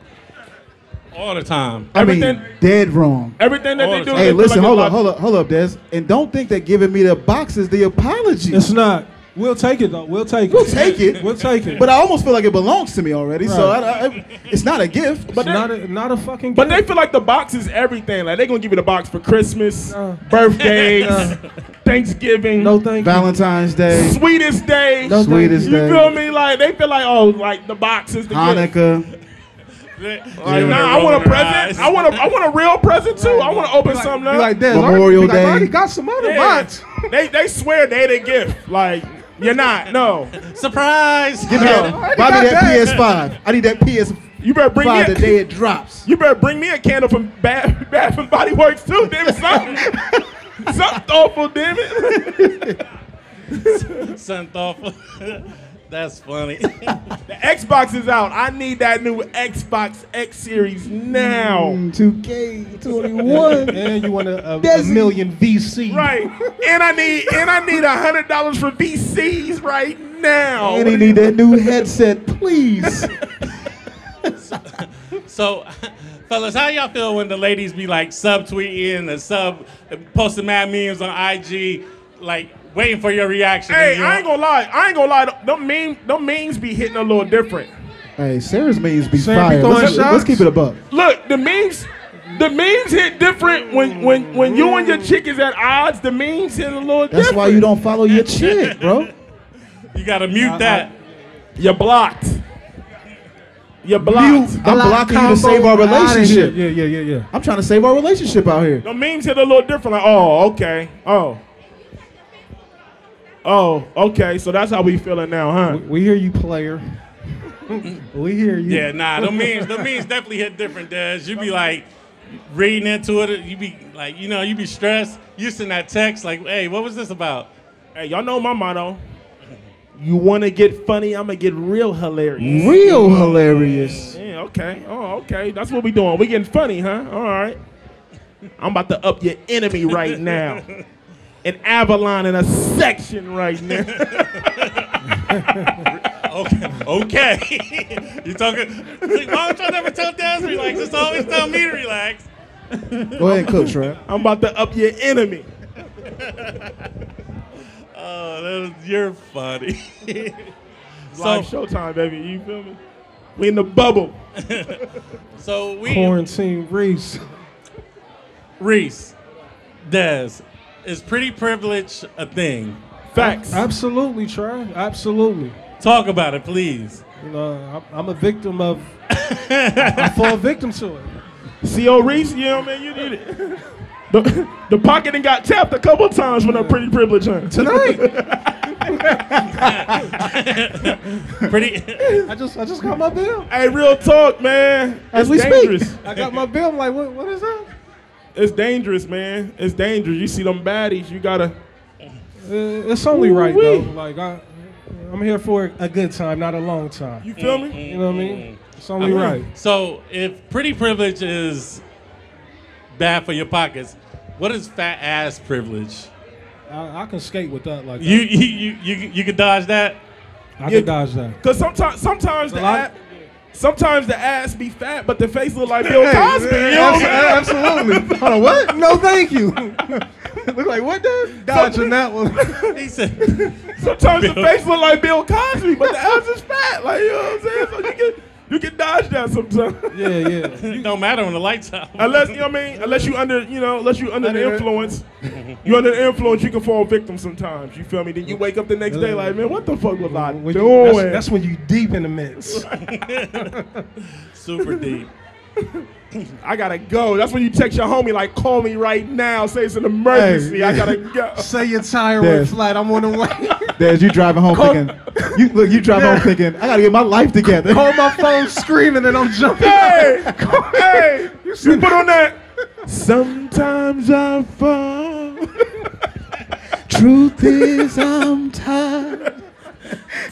Speaker 3: All the time.
Speaker 4: I mean,
Speaker 1: Everything-
Speaker 4: dead wrong.
Speaker 1: Everything that they do.
Speaker 3: Hey,
Speaker 1: they
Speaker 4: Hey,
Speaker 1: feel
Speaker 4: listen,
Speaker 1: like
Speaker 4: hold up, hold up, hold up, Des, and don't think that giving me the box is the apology.
Speaker 2: it's not. We'll take it though. We'll take it.
Speaker 4: We'll take it.
Speaker 2: We'll take it.
Speaker 4: But I almost feel like it belongs to me already, so I,
Speaker 2: Right.
Speaker 4: I, it's not a gift.
Speaker 1: But
Speaker 2: but
Speaker 1: they-
Speaker 2: not a, not a fucking.
Speaker 1: But
Speaker 2: gift.
Speaker 1: they feel like the box is everything. Like they gonna give you the box for Christmas,
Speaker 2: No.
Speaker 1: birthdays, Thanksgiving,
Speaker 2: no thank you.
Speaker 4: Valentine's Day,
Speaker 1: sweetest day.
Speaker 2: No,
Speaker 4: sweetest
Speaker 1: you
Speaker 4: Day,
Speaker 1: feel me? Like they feel like oh, like the box is the gift.
Speaker 4: Hanukkah.
Speaker 3: Like,
Speaker 1: Nah, I want a present. I want a I want a real present too. I want to open something up.
Speaker 2: Be like that.
Speaker 4: Memorial
Speaker 2: I
Speaker 4: Day.
Speaker 2: already got some other
Speaker 1: Yeah.
Speaker 2: bots.
Speaker 1: they they swear they the gift. Like you're not. No,
Speaker 3: Surprise!
Speaker 4: Give me that, buy me
Speaker 2: got
Speaker 4: that
Speaker 2: that.
Speaker 4: PS5. I need that PS5
Speaker 1: you better bring me.
Speaker 4: the
Speaker 1: A,
Speaker 4: day it drops.
Speaker 1: you better bring me a candle from Bath, Bath and Body Works too. Damn something. Something awful, damn it.
Speaker 3: Something thoughtful. That's funny.
Speaker 1: The Xbox is out. I need that new Xbox X Series now.
Speaker 4: Mm. 2K21.
Speaker 2: And you want a, a, a
Speaker 4: Desi.
Speaker 2: million VC.
Speaker 1: Right. And I need and I need a hundred dollars for VCs right now.
Speaker 4: and he need that new headset, please.
Speaker 3: So, fellas, how y'all feel when the ladies be like subtweeting and sub posting mad memes on IG, like waiting for your reaction?
Speaker 1: Hey,
Speaker 3: and you
Speaker 1: I ain't gonna lie. I ain't gonna lie. Them meme, them memes be hitting a little different.
Speaker 4: hey, Sarah's means be
Speaker 2: Sarah be
Speaker 4: fired.
Speaker 2: throwing
Speaker 4: Let's, let's
Speaker 2: shots?
Speaker 4: keep it above.
Speaker 1: Look, the memes, the memes hit different when when when you and your chick is at odds. The memes hit a little different.
Speaker 4: That's why you don't follow your chick, bro.
Speaker 3: You gotta mute that.
Speaker 1: You're blocked. You're blocked.
Speaker 4: Mute. I'm blocking you to save our
Speaker 2: Yeah,
Speaker 4: relationship.
Speaker 2: yeah, yeah, yeah, yeah.
Speaker 4: I'm trying to save our relationship out here.
Speaker 1: The memes hit a little different. Like, oh, okay. Oh. Oh, okay. So that's how we feeling now, huh?
Speaker 2: We hear you, player. we hear you.
Speaker 3: Yeah, nah, the memes, the memes definitely hit different, Des. You be like reading into it. You be like, you know, you be stressed. You send that text like, hey, what was this about?
Speaker 1: Hey, y'all know my motto. You wanna get funny, I'ma get real hilarious.
Speaker 4: Real hilarious.
Speaker 1: Yeah, okay. Oh, okay. That's what we doing. We getting funny, huh? All right. I'm about to up your enemy right now. An Avalon in a section right now.
Speaker 3: Okay, okay. you talking? Like, why don't y'all never tell Des to relax? Just always tell me to relax.
Speaker 4: Go ahead, coach, right?
Speaker 1: I'm about to up your enemy.
Speaker 3: Oh, that was, you're funny. so,
Speaker 1: Live showtime, baby. You feel me? We in the bubble.
Speaker 3: so we
Speaker 2: Quarantine Reese.
Speaker 3: Reese, Des, is pretty privilege a thing?
Speaker 1: Facts.
Speaker 2: Absolutely, Trey. Absolutely.
Speaker 3: Talk about it, please.
Speaker 2: You know, I'm, I'm a victim of. I fall victim to it.
Speaker 1: CO Reese, you know what I mean? You did it. The, the pocket and got tapped a couple times when I'm pretty privileged, huh?
Speaker 2: Tonight,
Speaker 3: Pretty.
Speaker 2: I just I just got my bill.
Speaker 1: Hey, real talk, man.
Speaker 4: As
Speaker 1: it's
Speaker 4: we speak.
Speaker 1: dangerous.
Speaker 2: I got my bill. I'm like, what, what is that?
Speaker 1: It's dangerous, man. It's dangerous. You see them baddies, you gotta.
Speaker 2: Uh, it's only right
Speaker 1: Ooh-wee.
Speaker 2: though. Like I, I'm here for a good time, not a long time.
Speaker 1: You feel me?
Speaker 2: You know what I mean? It's only
Speaker 3: Uh-huh.
Speaker 2: right.
Speaker 3: So, if pretty privilege is bad for your pockets, what is fat ass privilege?
Speaker 2: I, I can skate with that. Like
Speaker 3: You you you you, you could dodge that.
Speaker 2: I
Speaker 1: Yeah.
Speaker 2: can dodge that.
Speaker 1: Cause sometimes, sometimes the
Speaker 2: A lot-
Speaker 1: ass, sometimes the ass be fat, but the face look like Bill Cosby. you know what I'm
Speaker 2: Abs- absolutely. Hold on, what? No, thank you. Look like what? Dad? Dodging that one.
Speaker 3: He said,
Speaker 1: saying? Sometimes the face look like Bill Cosby, but the ass is fat. Like you know what I'm saying? So you can you can dodge that sometimes.
Speaker 2: yeah, yeah.
Speaker 3: "It don't matter when the lights out."
Speaker 1: Unless you know what I mean, unless you under you know, unless you under
Speaker 2: Under
Speaker 1: the
Speaker 2: the-
Speaker 1: influence, you under the influence, you can fall victim sometimes. You feel me? Then you wake up the next day like, man, what the fuck was I
Speaker 2: When
Speaker 1: doing?
Speaker 2: you- that's, that's when you deep in the mix.
Speaker 3: Super deep.
Speaker 1: I gotta go. That's when you text your homie like, call me right now. Say it's an emergency. I gotta go.
Speaker 5: Say your tire went
Speaker 4: Yes.
Speaker 5: flat. I'm on the way.
Speaker 4: There's you driving home thinking. You look, you driving home thinking. I gotta get my life together.
Speaker 5: Hold my phone screaming and I'm jumping.
Speaker 1: hey, hey, you put on that. Sometimes I fall.
Speaker 4: Truth is, I'm tired.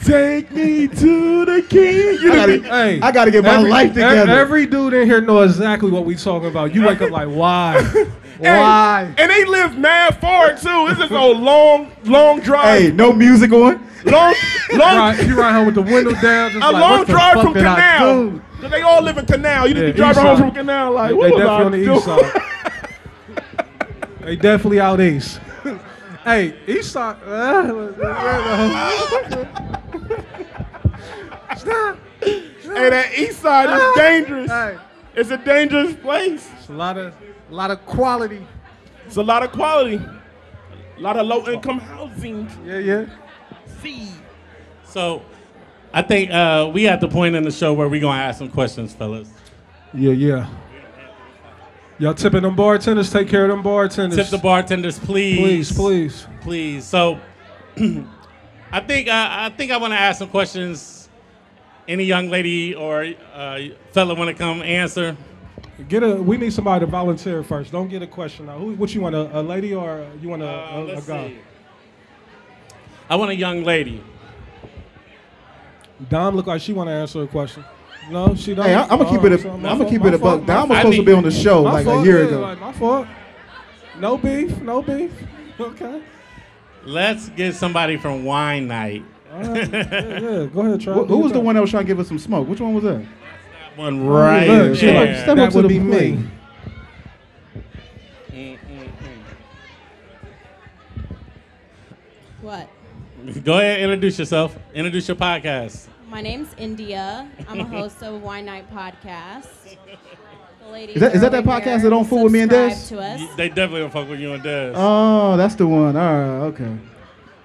Speaker 1: Take me to the king. You done
Speaker 4: I gotta,
Speaker 1: be-
Speaker 2: Hey,
Speaker 4: I gotta get my
Speaker 2: every-
Speaker 4: life
Speaker 2: e-
Speaker 4: together.
Speaker 2: Every dude in here know exactly what we talking about. You wake up like, why?
Speaker 1: hey,
Speaker 5: Why?
Speaker 1: And they live mad far too. This is a long, long
Speaker 4: hey,
Speaker 1: drive.
Speaker 4: no music on.
Speaker 1: Long, long,
Speaker 2: Right, you ride home with the window down, just
Speaker 1: a
Speaker 2: like,
Speaker 1: long
Speaker 2: what the
Speaker 1: drive
Speaker 2: fuck
Speaker 1: from
Speaker 2: did I
Speaker 1: Canal.
Speaker 2: do?
Speaker 1: 'Cause They all live in Canal. You just
Speaker 2: Yeah,
Speaker 1: be driving
Speaker 2: east
Speaker 1: home
Speaker 2: side.
Speaker 1: from Canal like,
Speaker 2: They
Speaker 1: what was
Speaker 2: definitely
Speaker 1: I
Speaker 2: on the east
Speaker 1: doing?
Speaker 2: side. they definitely out east. hey, east side. uh, Stop.
Speaker 1: Hey, that east side is dangerous.
Speaker 5: Hey,
Speaker 1: It's a dangerous place.
Speaker 2: It's a lot of.
Speaker 5: a lot of quality.
Speaker 1: It's a lot of quality. A lot of low income housing.
Speaker 2: Yeah, yeah.
Speaker 3: So I think uh, we at the point in the show where we're gonna ask some questions, fellas.
Speaker 2: Yeah, yeah. Y'all tipping them bartenders. Take care of them bartenders.
Speaker 3: Tip the bartenders, please.
Speaker 2: Please, please.
Speaker 3: Please. So I think uh, I I think I want to ask some questions. Any young lady or uh, fella want to come answer?
Speaker 2: Get a. We need somebody to volunteer first. Don't get a question now. Who? What you want? A, a lady or a- you want a,
Speaker 4: Oh
Speaker 3: Uh,
Speaker 2: a, a
Speaker 3: let's
Speaker 2: guy?
Speaker 3: see. I want a young lady.
Speaker 2: Dom look like she want to answer a question. No, she don't.
Speaker 4: Hey, I, I'm gonna keep
Speaker 2: All
Speaker 4: it.
Speaker 2: right,
Speaker 4: A,
Speaker 2: so
Speaker 4: I'm
Speaker 2: Oh, my
Speaker 4: gonna
Speaker 2: fault,
Speaker 4: keep
Speaker 2: my
Speaker 4: it a
Speaker 2: fault, my
Speaker 4: buck. Now I'm
Speaker 2: fault.
Speaker 4: supposed to be on the show
Speaker 2: My
Speaker 4: like a
Speaker 2: fault,
Speaker 4: year
Speaker 2: yeah,
Speaker 4: ago.
Speaker 2: like, my fault. No beef. No beef. Okay.
Speaker 3: Let's get somebody from Wine Night.
Speaker 2: All right. yeah, yeah. Go ahead, try.
Speaker 4: Who, who was the one that was trying to give us some smoke? Which one was that?
Speaker 3: That One right
Speaker 4: Look, she
Speaker 3: there.
Speaker 4: like, step
Speaker 2: That
Speaker 4: up to
Speaker 2: would
Speaker 4: the
Speaker 2: be
Speaker 4: plate.
Speaker 2: me.
Speaker 6: What?
Speaker 3: Go ahead, introduce yourself. Introduce your podcast.
Speaker 6: My name's India. I'm a host of Wine Night Podcast. The ladies
Speaker 4: Is that- is that
Speaker 6: are
Speaker 4: that
Speaker 6: over
Speaker 4: podcast
Speaker 6: here.
Speaker 4: that don't fool with me and Des?
Speaker 6: Subscribe To us.
Speaker 3: You- They definitely gonna fuck with you and Des.
Speaker 4: Oh, that's the one. All right, okay.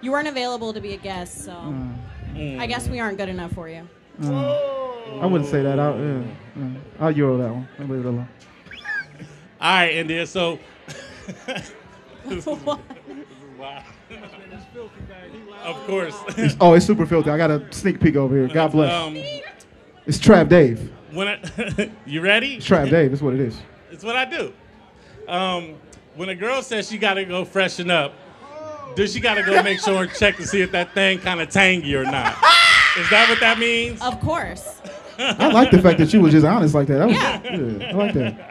Speaker 6: You weren't available to be a guest, so
Speaker 4: Mm.
Speaker 6: I guess we aren't good enough for you.
Speaker 4: I wouldn't say that. I'll, yeah, yeah. I'll euro that one. I'll leave it alone.
Speaker 3: All right, India. So of course.
Speaker 4: Oh, it's super filthy. I got a sneak peek over here. God bless.
Speaker 3: um,
Speaker 4: it's Trap Dave.
Speaker 3: when I, you ready?
Speaker 4: It's Trap Dave. That's what it is.
Speaker 3: It's what I do. Um, when a girl says she gotta go freshen up, does she gotta go make sure and check to see if that thing kind of tangy or not? Is that what that means?
Speaker 6: of course.
Speaker 4: I like the fact that you was just honest like that. that was,
Speaker 6: Yeah.
Speaker 4: yeah, I like that. You-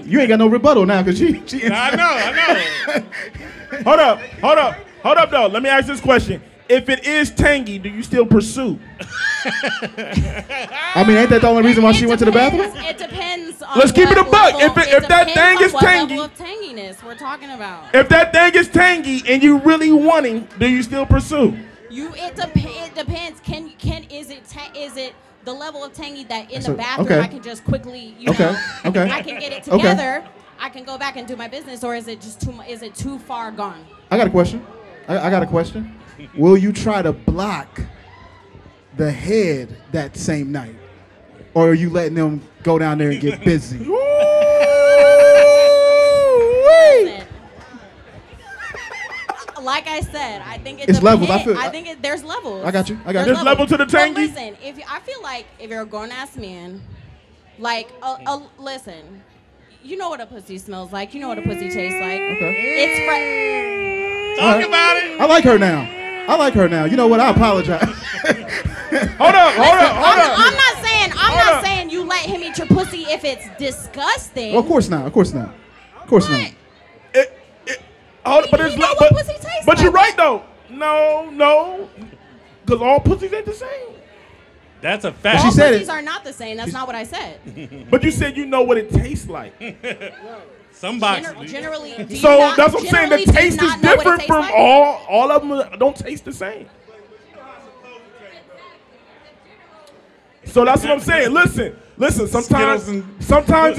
Speaker 4: You ain't got no rebuttal now because she. she
Speaker 3: I know, I know.
Speaker 1: Hold up, hold up, hold up though. Let me ask this question. If it is tangy, do you still pursue?
Speaker 4: I mean, ain't that the only reason why she went to the bathroom?
Speaker 6: It depends on
Speaker 1: Let's keep it
Speaker 6: what
Speaker 1: a buck.
Speaker 6: level-
Speaker 1: If it- if that
Speaker 6: depends
Speaker 1: thing
Speaker 6: on
Speaker 1: is
Speaker 6: what
Speaker 1: tangy-
Speaker 6: level of tanginess we're talking about.
Speaker 1: If that thing is tangy and you really want him, do you still pursue?
Speaker 6: You it, dep- it depends. Can can is it ta- is it the level of tangy that in
Speaker 4: So,
Speaker 6: the bathroom
Speaker 4: okay.
Speaker 6: I can just quickly you
Speaker 4: Okay,
Speaker 6: know
Speaker 4: okay.
Speaker 6: I can get it
Speaker 4: Okay.
Speaker 6: together. I can go back and do my business, or is it just too mu- is it too far gone?
Speaker 4: I got a question. I, I got a question. Will you try to block the head that same night? Or are you letting them go down there and get busy?
Speaker 6: Listen. Like I said, I think it
Speaker 4: It's levels. I
Speaker 6: depends.
Speaker 4: feel-
Speaker 6: I think it, there's levels.
Speaker 4: I got you. I got you.
Speaker 1: There's level to the
Speaker 6: But
Speaker 1: tangy.
Speaker 6: listen, if you- I feel like if you're a grown ass man, like a, a, listen, you know what a pussy smells like. You know what a pussy tastes like.
Speaker 4: Okay.
Speaker 6: It's fresh.
Speaker 3: Talk
Speaker 4: Alright.
Speaker 3: about it.
Speaker 4: I like her now. I like her now. You know what? I apologize.
Speaker 1: Hold up, hold up,
Speaker 6: I'm,
Speaker 1: hold up.
Speaker 6: I'm not saying I'm
Speaker 1: Hold
Speaker 6: not
Speaker 1: up.
Speaker 6: saying you let him eat your pussy if it's disgusting.
Speaker 4: of course not. Of course not. Of course not.
Speaker 1: It- it- hold up, but
Speaker 6: You
Speaker 1: it's
Speaker 6: know
Speaker 1: le-
Speaker 6: what
Speaker 1: but,
Speaker 6: pussy tastes
Speaker 1: but you're right
Speaker 6: like.
Speaker 1: though. No, no, because all pussies ain't the same.
Speaker 3: That's a
Speaker 6: All
Speaker 3: fact.
Speaker 4: She said
Speaker 6: pussies
Speaker 4: it.
Speaker 6: are not the same. That's not what I said.
Speaker 1: But you said you know what it tastes like.
Speaker 3: Some
Speaker 6: Gener-
Speaker 3: boxes.
Speaker 6: generally, do you
Speaker 1: So
Speaker 6: not-
Speaker 1: that's what I'm saying. The
Speaker 6: generally do you
Speaker 1: taste is
Speaker 6: not know what
Speaker 1: different
Speaker 6: it tastes
Speaker 1: from
Speaker 6: like?
Speaker 1: all. All of them don't taste the same. So that's what I'm saying. Listen, listen.
Speaker 3: Skittles
Speaker 1: Sometimes,
Speaker 3: and-
Speaker 1: sometimes,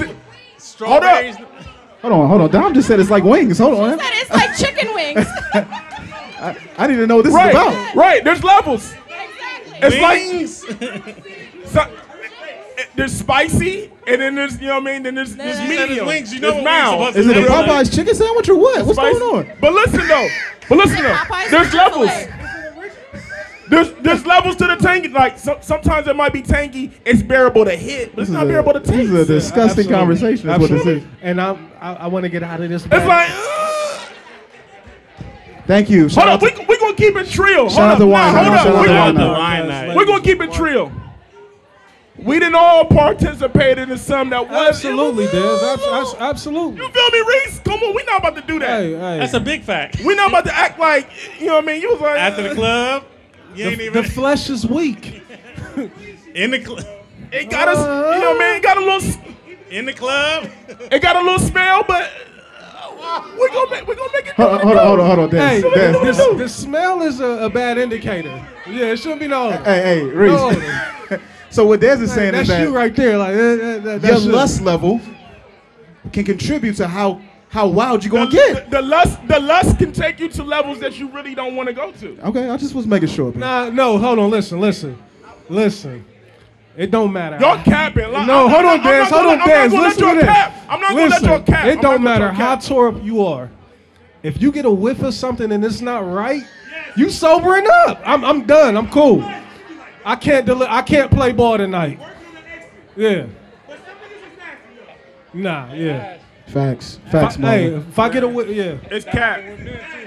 Speaker 1: it, hold up.
Speaker 3: Strawberries.
Speaker 4: Hold on, hold on. Dom just said it's like wings. Hold on.
Speaker 6: That is like chicken wings.
Speaker 4: I need to know what this is
Speaker 1: right,
Speaker 4: about.
Speaker 1: right. There's levels.
Speaker 6: exactly.
Speaker 1: It's like
Speaker 3: Wings.
Speaker 1: so- it- eh, there's spicy, and then there's you know what I mean. Then there's,
Speaker 6: No,
Speaker 1: there's
Speaker 6: no, no.
Speaker 1: medium.
Speaker 3: She said it's wings, you know what wings
Speaker 1: there's mild.
Speaker 3: supposed to
Speaker 4: Is it a
Speaker 3: It's like-
Speaker 4: Popeye's chicken sandwich or what? What's
Speaker 1: Spicy.
Speaker 4: going on?
Speaker 1: But listen though, but listen though,
Speaker 6: Popeye's
Speaker 1: there's
Speaker 6: Chick-fil-A.
Speaker 1: levels. There's there's levels to the tangy. Like so, sometimes it might be tangy. It's bearable to hit, but it's not bearable to
Speaker 4: this
Speaker 1: taste.
Speaker 4: is a disgusting
Speaker 2: Absolutely.
Speaker 4: conversation. Is what this is.
Speaker 2: Absolutely. And I'm, I, I want to get out of this.
Speaker 1: It's
Speaker 2: bag.
Speaker 1: like. "Ugh."
Speaker 4: Thank you. Shout
Speaker 1: Hold
Speaker 4: out
Speaker 1: up, we're we gonna keep it trill. Hold
Speaker 4: Shout out
Speaker 1: up,
Speaker 4: to
Speaker 1: nah,
Speaker 4: Wine Night,
Speaker 1: hold
Speaker 4: shout out
Speaker 1: up.
Speaker 4: to
Speaker 1: We
Speaker 4: Wine
Speaker 1: gonna-
Speaker 4: Night.
Speaker 3: Wine night.
Speaker 1: We're gonna keep it trill. We didn't all participate in some that was
Speaker 2: absolutely,
Speaker 1: it was-
Speaker 2: Diz. Abs- abs- absolutely.
Speaker 1: You feel me, Reese? Come on, we not about to do that.
Speaker 2: Hey, hey.
Speaker 3: That's a big fact.
Speaker 1: We not about to act like you know what I mean. You was like
Speaker 3: After the
Speaker 1: "Uh,
Speaker 3: club, you ain't
Speaker 2: the,
Speaker 3: even
Speaker 2: the flesh is weak.
Speaker 3: in the club.
Speaker 1: It got us. You know what I mean? It got a little. s-
Speaker 3: In the club,
Speaker 1: It got a little smell, but uh, we gonna make we gonna make it.
Speaker 4: Hold on, hold on, hold on, hold on.
Speaker 2: Hey,
Speaker 4: Dance, dance,
Speaker 2: the,
Speaker 4: dance.
Speaker 2: the, the smell is a, a bad indicator. Yeah, it shouldn't be no.
Speaker 4: Hey, hey,
Speaker 2: No.
Speaker 4: Reese. so what Dez is saying
Speaker 2: That's
Speaker 4: is that
Speaker 2: you right there. Like eh, eh, that,
Speaker 4: your
Speaker 2: that's you.
Speaker 4: lust level can contribute to how how wild you
Speaker 1: The,
Speaker 4: gonna get.
Speaker 1: the lust, the lust can take you to levels that you really don't want to go to.
Speaker 4: Okay, I just was making sure. bro.
Speaker 2: Nah, no, hold on. Listen, listen, listen. It don't matter.
Speaker 1: Y'all capping. Like,
Speaker 2: No,
Speaker 1: I'm
Speaker 2: hold on,
Speaker 1: not- I'm not
Speaker 2: Dez.
Speaker 1: gonna-
Speaker 2: Hold on,
Speaker 1: I'm not
Speaker 2: Dez.
Speaker 1: gonna let
Speaker 2: Listen
Speaker 1: y'all
Speaker 2: to this.
Speaker 1: cap. I'm not gonna let
Speaker 2: Listen,
Speaker 1: y'all cap. I'm
Speaker 2: It
Speaker 1: not
Speaker 2: don't
Speaker 1: gonna let
Speaker 2: matter
Speaker 1: y'all
Speaker 2: how
Speaker 1: cap.
Speaker 2: tore up you are. If you get a whiff of something and it's not right, you sobering up. I'm, I'm done. I'm cool. I can't deli- I can't play ball tonight. Yeah. Nah, yeah.
Speaker 4: Facts,
Speaker 2: If I-
Speaker 4: facts,
Speaker 2: hey,
Speaker 4: man.
Speaker 2: if I get a whiff, yeah.
Speaker 1: It's cap.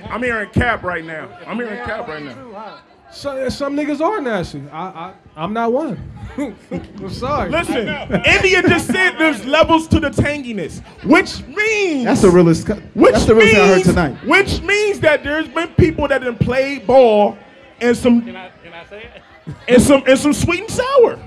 Speaker 1: I'm hearing cap right now. I'm hearing cap right now.
Speaker 2: So, some niggas are nasty. I, I I'm not one. I'm sorry.
Speaker 1: Listen, India just said there's levels to the tanginess, which means
Speaker 4: That's the realest. cu-
Speaker 1: Which
Speaker 4: that's the realest thing I heard
Speaker 1: means,
Speaker 4: tonight.
Speaker 1: Which means that there's been people that done played ball and some
Speaker 3: I, can I say it?
Speaker 1: and some and some sweet and sour.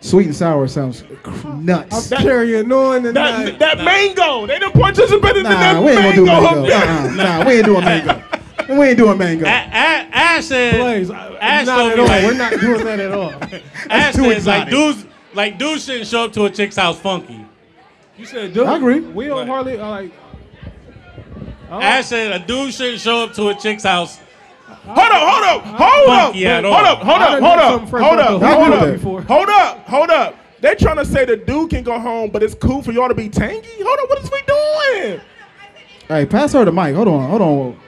Speaker 4: Sweet and sour sounds cr- nuts.
Speaker 2: I'm carrying on tonight.
Speaker 1: That that mango, they done participated in that
Speaker 4: Nah, we ain't gonna do mango.
Speaker 1: hook.
Speaker 4: Uh-uh. Nah, we ain't doing mango. We ain't doing mango.
Speaker 3: Ash said,
Speaker 2: Plays.
Speaker 3: Ash
Speaker 2: not at
Speaker 3: told me
Speaker 2: all.
Speaker 3: like,
Speaker 2: We're not doing that at all.
Speaker 3: Ash
Speaker 4: too
Speaker 3: said, like
Speaker 4: exotic.
Speaker 3: dudes, like dudes shouldn't show up to a chick's house funky.
Speaker 2: You said, dude.
Speaker 4: I agree.
Speaker 2: We don't hardly uh, like.
Speaker 3: Ash said a dude shouldn't show up to a chick's house.
Speaker 1: Hold up, hold up, hold up,
Speaker 3: funky at all.
Speaker 1: hold up, hold
Speaker 2: I
Speaker 1: up,
Speaker 2: done
Speaker 1: hold
Speaker 2: did
Speaker 1: up,
Speaker 2: something fresh
Speaker 1: hold
Speaker 2: off
Speaker 1: up,
Speaker 2: the
Speaker 4: hook
Speaker 1: hold
Speaker 4: with
Speaker 1: up,
Speaker 4: that
Speaker 2: before.
Speaker 1: hold up, hold up. They trying to say the dude can go home, but it's cool for y'all to be tangy. Hold up, what is we doing?
Speaker 4: Hey, pass her the mic. Hold on, hold on.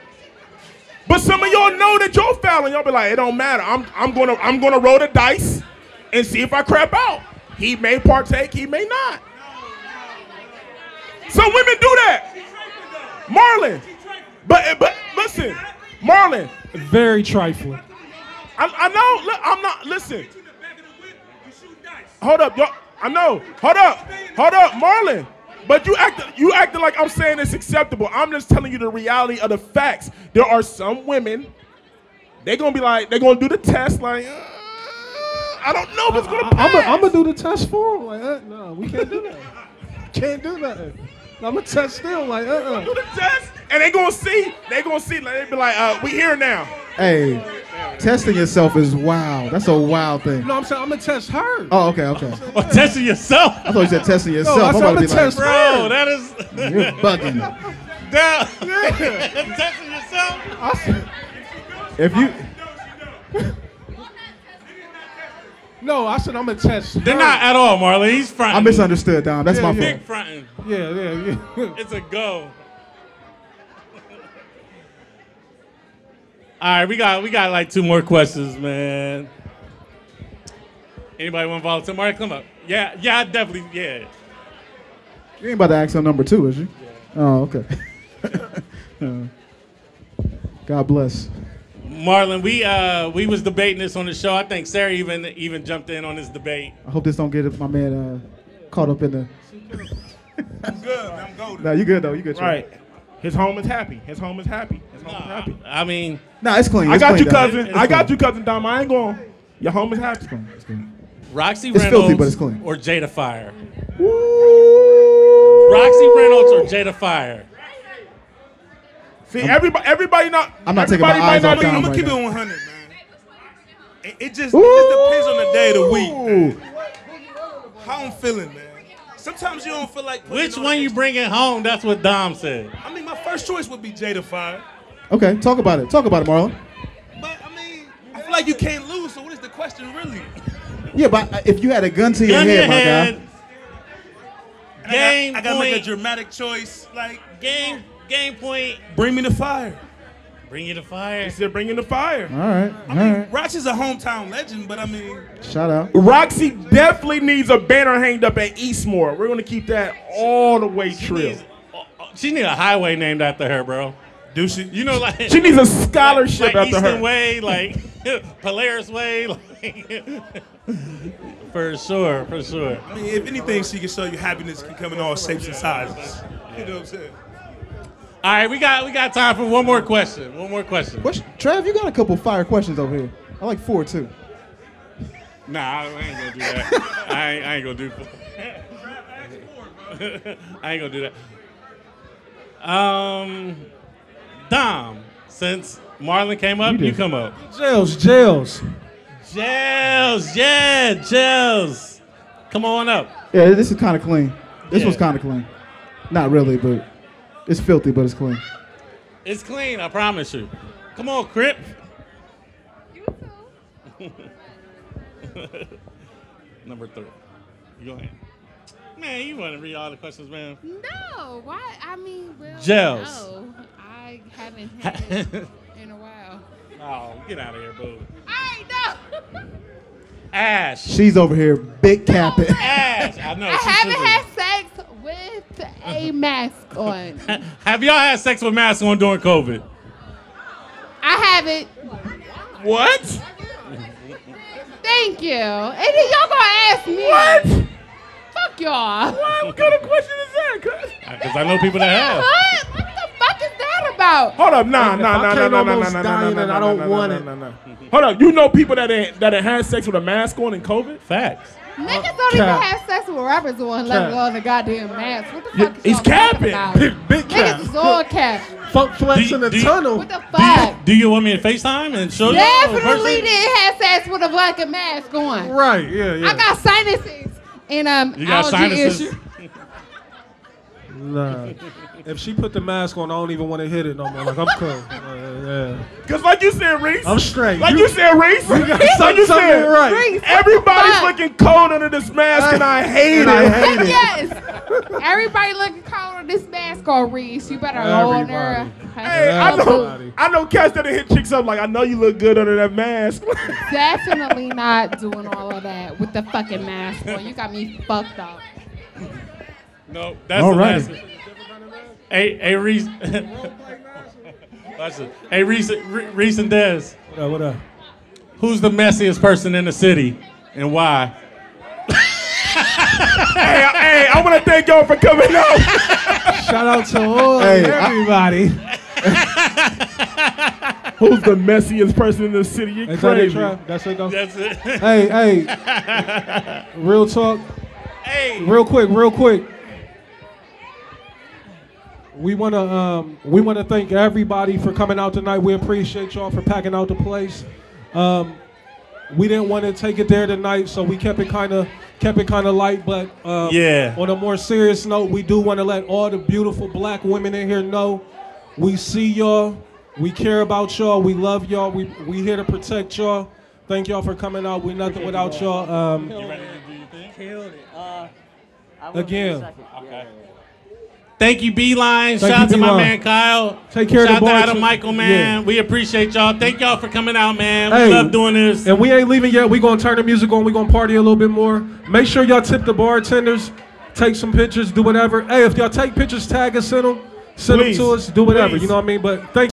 Speaker 1: But some of y'all know that y'all fouling. Y'all be like, it don't matter. I'm I'm gonna I'm gonna roll the dice and see if I crap out. He may partake, he may not. Some women do that. Marlon. But but listen, Marlon,
Speaker 2: Very trifling.
Speaker 1: I, I know look, I'm not listen. Hold up, y'all. I know. Hold up. Hold up, Marlon. But you act you acting like I'm saying it's acceptable. I'm just telling you the reality of the facts. There are some women, they gonna be like, they're gonna do the test, like, uh, I don't know if it's gonna pass.
Speaker 2: I'm gonna do the test for him. Like, uh, no, we can't do that. can't do that. I'm gonna test still. Like, uh, uh
Speaker 1: do the test, and they gonna see, they gonna see, like, they be like, uh, we here now.
Speaker 4: Hey, testing yourself is wild. That's a wild thing.
Speaker 2: No, I'm saying I'm gonna test her.
Speaker 4: Oh, okay, okay. I
Speaker 3: Or testing yourself,
Speaker 4: thought you said testing yourself.
Speaker 2: I
Speaker 4: I'm
Speaker 2: said
Speaker 4: about
Speaker 2: I'm
Speaker 4: to be
Speaker 2: a test.
Speaker 4: like,
Speaker 3: bro. That is
Speaker 4: you're bugging.
Speaker 3: down. testing yourself.
Speaker 4: If you,
Speaker 2: No, I said I'm gonna test.
Speaker 3: They're
Speaker 2: her.
Speaker 3: not at all, Marlon. He's fronting.
Speaker 4: I misunderstood, Dom. That's my
Speaker 3: Big
Speaker 4: fault.
Speaker 3: fronting.
Speaker 2: Yeah, yeah, yeah.
Speaker 3: It's a go. All right, we got we got like two more questions, man. Anybody want to volunteer? Mark, come up. Yeah, yeah, I definitely. Yeah,
Speaker 4: You ain't about to ask on number two, is you? Oh, okay. Uh, God bless.
Speaker 3: Marlon, we uh we was debating this on the show. I think Sarah even even jumped in on this debate.
Speaker 4: I hope this don't get my man uh, caught up in the.
Speaker 1: Good, I'm golden.
Speaker 4: No, you good though. You good. Trey.
Speaker 1: Right. His home is happy. His home is happy. His home is happy.
Speaker 3: I mean,
Speaker 4: Nah, it's clean.
Speaker 1: I
Speaker 4: It's
Speaker 1: got
Speaker 4: clean,
Speaker 1: you,
Speaker 4: Dom.
Speaker 1: cousin. I got you, cousin Dom. I ain't going. Your home is happy.
Speaker 3: Roxy
Speaker 4: It's
Speaker 3: Reynolds
Speaker 4: filthy, but it's clean.
Speaker 3: or Jada Fire.
Speaker 4: Ooh.
Speaker 3: Roxy Reynolds or Jada Fire.
Speaker 1: See, everybody, everybody not.
Speaker 4: I'm not taking
Speaker 1: everybody
Speaker 4: my
Speaker 1: might
Speaker 4: eyes
Speaker 1: not
Speaker 4: off
Speaker 1: be-
Speaker 4: Dom
Speaker 1: I'ma
Speaker 4: right
Speaker 1: keep
Speaker 4: now.
Speaker 1: it-
Speaker 7: 100, man. It, it just, it just depends on the day of the week. man.
Speaker 4: Ooh.
Speaker 7: How I'm feeling, man. Sometimes you don't feel like. putting
Speaker 3: Which
Speaker 7: on
Speaker 3: one you
Speaker 7: extra-
Speaker 3: bringing home? That's what Dom said.
Speaker 7: I mean, my first choice would be Jada Fire,
Speaker 4: Okay, talk about it. Talk about it, Marlon.
Speaker 7: but I mean, I feel like you can't lose. So what is the question really?
Speaker 8: Yeah, but uh, if you had a gun to your
Speaker 3: Gun to
Speaker 8: head,
Speaker 3: your
Speaker 8: my
Speaker 3: head.
Speaker 8: guy.
Speaker 7: I
Speaker 3: Game
Speaker 7: got- I gotta make a
Speaker 3: point.
Speaker 7: dramatic choice. Like,
Speaker 3: game game point.
Speaker 7: bring me the fire.
Speaker 3: Bring you to fire.
Speaker 1: They're bringing the fire.
Speaker 8: All right, all right.
Speaker 7: Roch is a hometown legend, but I mean,
Speaker 8: Shout out.
Speaker 1: Roxy definitely needs a banner hanged up at Eastmore. We're gonna keep that all the way true.
Speaker 3: She's- oh, oh, She need a highway named after her, bro.
Speaker 7: do she?
Speaker 3: You know, like
Speaker 1: She needs a scholarship
Speaker 3: like, like
Speaker 1: after
Speaker 3: Easton
Speaker 1: her.
Speaker 3: Way, like Polaris Way, like for sure, for sure.
Speaker 7: I mean, if anything, she can show you happiness can come in all shapes and sizes. You know what I'm saying?
Speaker 3: All right, we got we got time for one more question. One more question.
Speaker 8: What's, Trav, you got a couple fire questions over here. I like four too.
Speaker 3: Nah, I I ain't gonna do that. I ain't, I ain't gonna do. I ain't gonna do that. Um, Dom, since Marlon came up, you, come up.
Speaker 2: Jails, jails.
Speaker 3: Gels, yeah, Gels, come on up.
Speaker 8: Yeah, this is kind of clean. This
Speaker 3: Yeah.
Speaker 8: one's kind of clean. Not really, but it's filthy, but it's clean.
Speaker 3: It's clean, I promise you. Come on, Crip. Number three. You go ahead. Man, you want to read all the questions, man.
Speaker 9: No, why? I mean, well,
Speaker 3: Gels.
Speaker 9: No, I haven't had it in a while.
Speaker 3: Oh, get out of here, boo.
Speaker 9: I know.
Speaker 3: Ash.
Speaker 8: She's over here, big capping.
Speaker 3: Ash. I know.
Speaker 9: I
Speaker 3: she's
Speaker 9: haven't
Speaker 3: sizzling.
Speaker 9: had sex with a mask on.
Speaker 3: Have y'all had sex with masks on during COVID?
Speaker 9: I haven't.
Speaker 3: What?
Speaker 9: Thank you. And then y'all gonna ask me? What? Fuck y'all.
Speaker 1: What kind of question is that? cuz?
Speaker 3: Because I know people that have.
Speaker 9: What? What the fuck is that about?
Speaker 1: Hold up, nah,
Speaker 2: If
Speaker 1: nah,
Speaker 2: I
Speaker 1: nah, nah,
Speaker 2: can't
Speaker 1: nah, nah, nah,
Speaker 2: almost
Speaker 1: nah,
Speaker 2: die
Speaker 1: nah,
Speaker 2: in
Speaker 1: nah,
Speaker 2: it,
Speaker 1: nah,
Speaker 2: I don't
Speaker 1: nah,
Speaker 2: want
Speaker 1: nah,
Speaker 2: it.
Speaker 1: nah, nah, nah. Hold up, you know people that ain't, that ain't had sex with a mask on in COVID?
Speaker 3: Facts.
Speaker 9: Niggas don't even
Speaker 2: cap.
Speaker 9: have sex with rappers on, let
Speaker 2: Cap.
Speaker 9: alone the goddamn mask. What the fuck? is
Speaker 1: He's
Speaker 9: y'all talking
Speaker 1: capping.
Speaker 9: about?
Speaker 1: Big, big cap.
Speaker 9: Niggas is all cap.
Speaker 2: Fuck flex
Speaker 3: Do-
Speaker 2: in the
Speaker 3: do you-
Speaker 2: tunnel.
Speaker 9: What the
Speaker 3: Do you,
Speaker 9: fuck?
Speaker 3: do you want me to FaceTime and show you? in
Speaker 9: Definitely
Speaker 3: person?
Speaker 9: didn't have sex with a fucking mask on.
Speaker 2: Right, yeah, yeah.
Speaker 9: I got sinuses and um
Speaker 3: You got
Speaker 9: allergy
Speaker 3: sinuses.
Speaker 9: issue.
Speaker 2: Nah. If she put the mask on, I don't even want to hit it no more. Like, I'm cool. Uh, yeah.
Speaker 1: Because like you said, Reese.
Speaker 2: I'm straight.
Speaker 1: Like you, said, Reese.
Speaker 2: got
Speaker 1: like you
Speaker 2: something
Speaker 1: said,
Speaker 2: right.
Speaker 9: Reese,
Speaker 1: Everybody's
Speaker 9: what the
Speaker 1: looking cold under this mask, and I hate
Speaker 2: And I
Speaker 1: it.
Speaker 2: hate it.
Speaker 9: yes. Everybody looking cold on this mask on Reese. You better hold her.
Speaker 2: Everybody.
Speaker 1: Hey, I know,
Speaker 2: Everybody.
Speaker 1: I know cats that hit chicks up like, I know you look good under that mask.
Speaker 9: Definitely not doing all of that with the fucking mask on. You got me fucked up.
Speaker 3: No, that's the
Speaker 8: Alrighty.
Speaker 3: mask. Hey, hey, Reese. Watch this. Hey, Reese, Re- Reese and Dez.
Speaker 2: What up, what up?
Speaker 3: Who's the messiest person in the city and why?
Speaker 1: hey, I- hey, I want to thank y'all for coming out.
Speaker 2: Shout out to all
Speaker 8: Hey, I-
Speaker 2: everybody.
Speaker 1: Who's the messiest person in the city? You're
Speaker 2: Is that it,
Speaker 1: crazy.
Speaker 2: Trav? That's it, though?
Speaker 3: That's it.
Speaker 2: Hey, hey. Real talk.
Speaker 3: hey,
Speaker 2: Real quick, real quick. We wanna um, we wanna thank everybody for coming out tonight. We appreciate y'all for packing out the place. Um, we didn't want to take it there tonight, so we kept it kind of kept it kind of light. But um,
Speaker 3: Yeah.
Speaker 2: on a more serious note, we do want to let all the beautiful black women in here know we see y'all, we care about y'all, we love y'all, we we here to protect y'all. Thank y'all for coming out. We're nothing without y'all. Um,
Speaker 10: Killed it. Uh, I will
Speaker 2: Again.
Speaker 10: in a second. Yeah.
Speaker 3: thank you, Beeline.
Speaker 2: Thank
Speaker 3: Shout out
Speaker 2: you,
Speaker 3: to my
Speaker 2: Beeline.
Speaker 3: man Kyle.
Speaker 2: Take care of
Speaker 3: Shout
Speaker 2: the
Speaker 3: out
Speaker 2: bar,
Speaker 3: to Adam
Speaker 2: too.
Speaker 3: Michael, man. We appreciate y'all. Thank y'all for coming out, man. We
Speaker 2: Hey.
Speaker 3: love doing this.
Speaker 2: And we ain't leaving yet. we going to turn the music on. we going to party a little bit more. Make sure y'all tip the bartenders, take some pictures, do whatever. Hey, if y'all take pictures, tag us, send them. Send
Speaker 1: Please.
Speaker 2: them to us, do whatever.
Speaker 1: Please.
Speaker 2: You know what I mean? But thank